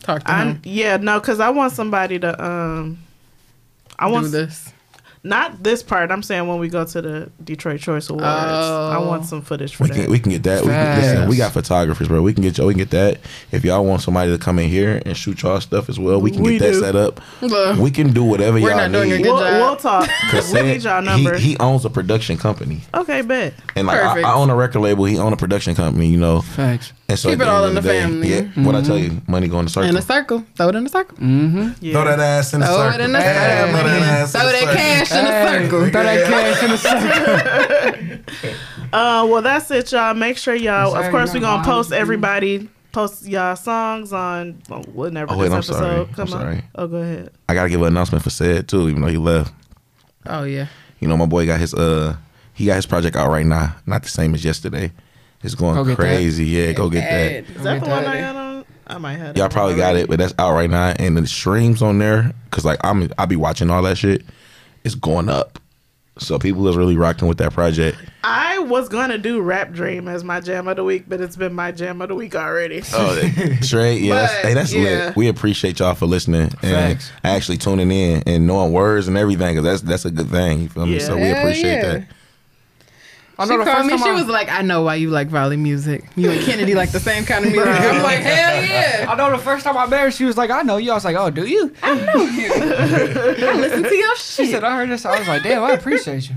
talk to I'm, him. Yeah, no, because I want somebody to um, I Do want this. Not this part. I'm saying when we go to the Detroit Choice Awards, I Oh. want some footage for We that. can, we can get that. We, can, listen, we got photographers, bro. We can get y'all. We can get that. If y'all want somebody to come in here and shoot y'all stuff as well, we can We get that do. set up. Look. we can do whatever We're y'all not doing need. a good We'll- job. we'll talk. 'Cause We need said y'all he- numbers. He, owns a production company, okay, bet. and like I, I own a record label. He owns a production company. You know, facts. And so Keep at it all end in of the family. Yeah, what I tell you, money going to circle. In a circle. Throw it in a circle. Mm-hmm. Throw that ass in the Throw circle. it in the Hey, circle. throw that ass in Throw the that circle. cash in the Hey, circle. throw that cash in the circle. Uh, well, that's it, y'all. Make sure y'all. Yes, sir. of course, we're gonna Mom. post everybody. Post y'all songs on well, whenever Oh, wait, this I'm episode sorry. come I'm out. sorry. Oh, go ahead. I gotta give an announcement for said too, even though he left. Oh yeah. You know, my boy got his uh he got his project out right now. Not the same as yesterday. It's Go going get that. crazy. Yeah, go get that. Is that the one I got on? I might have. Y'all probably got it, but that's out right now. And the streams on there, cause like I'm I be watching all that shit. It's going up. So people is really rocking with that project. I was gonna do Rap Dream as my jam of the week, but it's been my jam of the week already. Oh, Trey, yeah, that's, hey, that's yeah. lit. We appreciate y'all for listening and Facts. actually tuning in and knowing words and everything, cause that's that's a good thing. You feel me? Yeah. So we Hell appreciate yeah. that. I She know the called first me. time She I- was like, "I know why you like volley music. You and Kennedy like the same kind of music." I'm like, "Hell yeah!" I know the first time I met her, she was like, I know you. I was like, oh, do you? I know you. I listen to your shit. She said, I heard this. I was like, damn, I appreciate you.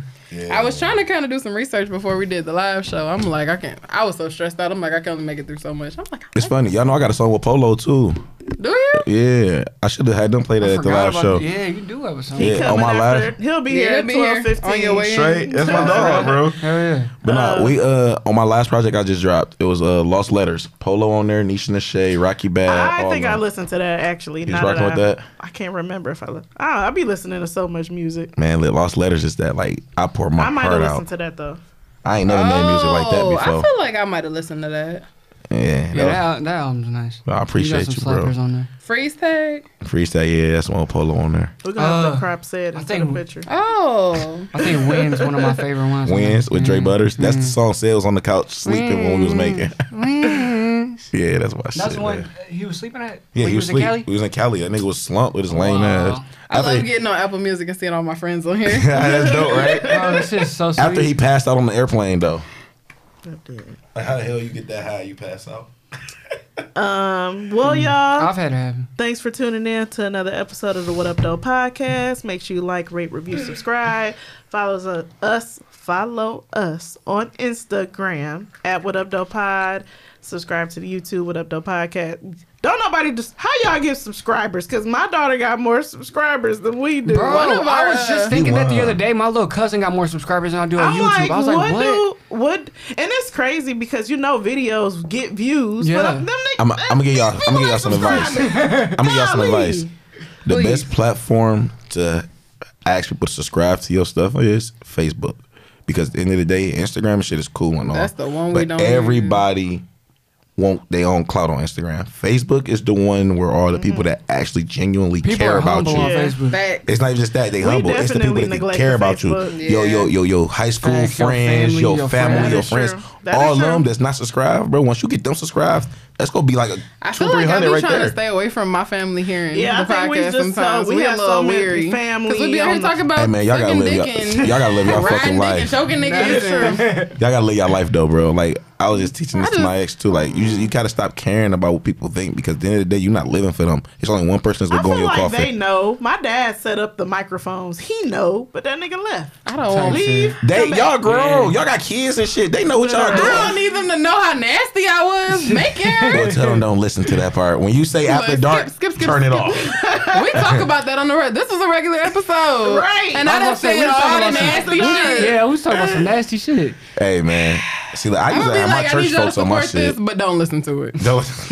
I was trying to kind of do some research before we did the live show. I'm like, I can't. I was so stressed out. I'm like, I can only make it through so much. I'm like, It's funny. Y'all know I got a song with Polo too. Do you? Yeah. I should have had them play that at the Forgot live about- show. Yeah, you do have a song. He Yeah, on coming my after- live- He'll be Yeah, here he'll at be here twelve fifteen. on your way in. Straight. That's my dog, bro. Hell yeah. But nah, we uh on my last project I just dropped, it was uh Lost Letters. Polo on there, Nisha Nashay, Rocky Bad. I all think of I them. listened to that actually. You was now rocking with I, that? I can't remember if I. Li- I, I be listening to so much music. Man, li- Lost Letters is that like I pour my I might have heart listened out. to that though. I ain't never made music like that Oh, I before. feel like I might have listened to that. yeah, Yeah, that was- that, that album's nice. I appreciate got you, some bro. slappers on there. Freeze tag. freestyle, yeah, that's one with Polo on there. We're gonna have Uh, to crop said and put a picture. Oh. I think Win's one of my favorite ones. Wins with Dre Butters. That's the song sales on the couch sleeping when we was making. Wins. yeah, that's my shit. That's the one man. he was sleeping at? Yeah, when he was, in sleep. Cali? He was in Cali. That nigga was slumped with his lame ass. I, After love he- getting on Apple Music and seeing all my friends on here. That's dope, right? Oh, this is so sweet. After he passed out on the airplane, though. How the hell you get that high? You pass out. Um, well, Mm. y'all. I've had it happen. Thanks for tuning in to another episode of the What Up Though podcast. Make sure you like, rate, review, subscribe. Follow us- us, follow us on Instagram at What Up Though Pod. Subscribe to the YouTube What Up Though podcast. Don't nobody just how y'all get subscribers? Cause my daughter got more subscribers than we do. Bro, One of I our, was uh, just thinking that the other day. My little cousin got more subscribers than I do on I'm YouTube. like, I was like, what? what? do- what? And it's crazy because you know videos get views, but Yeah. them I'm, I'm gonna give y'all. I'm gonna give y'all some advice. I'm gonna give y'all some advice. The best platform to ask people to subscribe to your stuff is Facebook, because at the end of the day, Instagram and shit is cool and all. That's the one but we don't everybody want their own clout on Instagram. Facebook is the one where all the people that actually genuinely People care are about humble you. on Facebook. Facts. It's not even just that they We humble. It's the people definitely that they neglect care the about you. Facebook. Yo, Yeah. yo, yo, yo, high school Facts, your friends, family, your family, your, your friends. friends. That is all of true. them that's not subscribed, bro. Once you get them subscribed, that's gonna be like a I two, feel three like I be hundred right trying there. to stay away from my family hearing Yeah, the I think we podcast just, uh, sometimes. we we a have little so many weary. family Because we be out here on the- talking about Hey man, y'all gotta sucking live y'all, dick and y'all gotta live y'all fucking riding life. dick and Y'all choking niggas. and- gotta live y'all life though, bro. Like I was just teaching this I to my ex too. Like you just you gotta stop caring about what people think because at the end of the day you're not living for them. It's only one person that's I gonna go feel in your like coffin. they know. My dad set up the microphones. He know, but that nigga left. I don't want leave. They Come y'all back. grown. Y'all got kids and shit. They know what y'all I don't doing. need them to know how nasty I was. Make Well, it. tell them don't listen to that part. When you say after skip, dark, skip, skip, turn it skip. off. we talk about that on the road. This is a regular episode. Right. And I, I done was gonna say, said we talking all the about some- nasty we- shit. Yeah, we was talking about some nasty shit. Hey man, see, like, I I'm used gonna to be have my like, I need church y'all to folks on my support this, shit. but don't listen to it. Don't-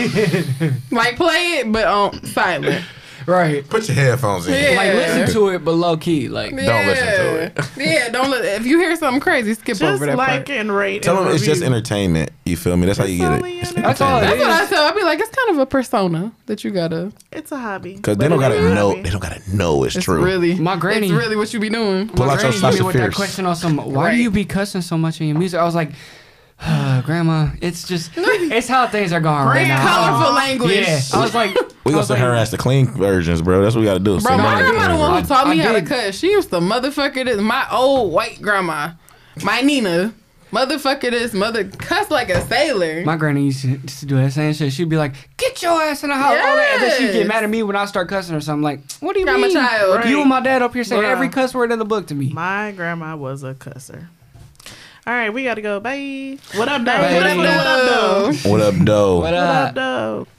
Like, play it, but on silent. Right. Put your headphones in. Yeah. Like listen to it, but low key. Like Don't listen to it. yeah, don't. Li- if you hear something crazy, skip Just over that like part. and rate. Tell and them it's just review. entertainment. You feel me? That's how you get it. It's That's all entertainment. That's it what I is. tell. I'd be like, it's kind of a persona that you gotta. It's a hobby. Cause they But don't it gotta is a know. hobby. They don't gotta know it's, It's true. really My granny- It's really what you be doing. Pull My out your granny hit Sasha me with that Fierce. question on some. Why Right. do you be cussing so much in your music? I was like, "Uh, Grandma, it's just it's how things are going right now. Colorful language. Yeah, I was like, We I gonna was send like, her ass the clean versions, bro. That's what we gotta do. Bro, Send her my the clean grandma the one who versions. taught me I how to did. cut. She used to motherfucker this. My old white grandma, my Nina, motherfucker this mother cuss like a sailor. My granny used to, used to do that same shit. She'd be like, "Get your ass in the house!" All that, and then she'd get Yes. mad at me when I start cussing or something. Like, what do you Grandma mean? child. You and my dad up here saying Bruh. every cuss word in the book to me. My grandma was a cusser. All right, we gotta go. Bye. What up, dog? Bye. What up, dog? What up, dog? What up, doe? But What uh, up, dog?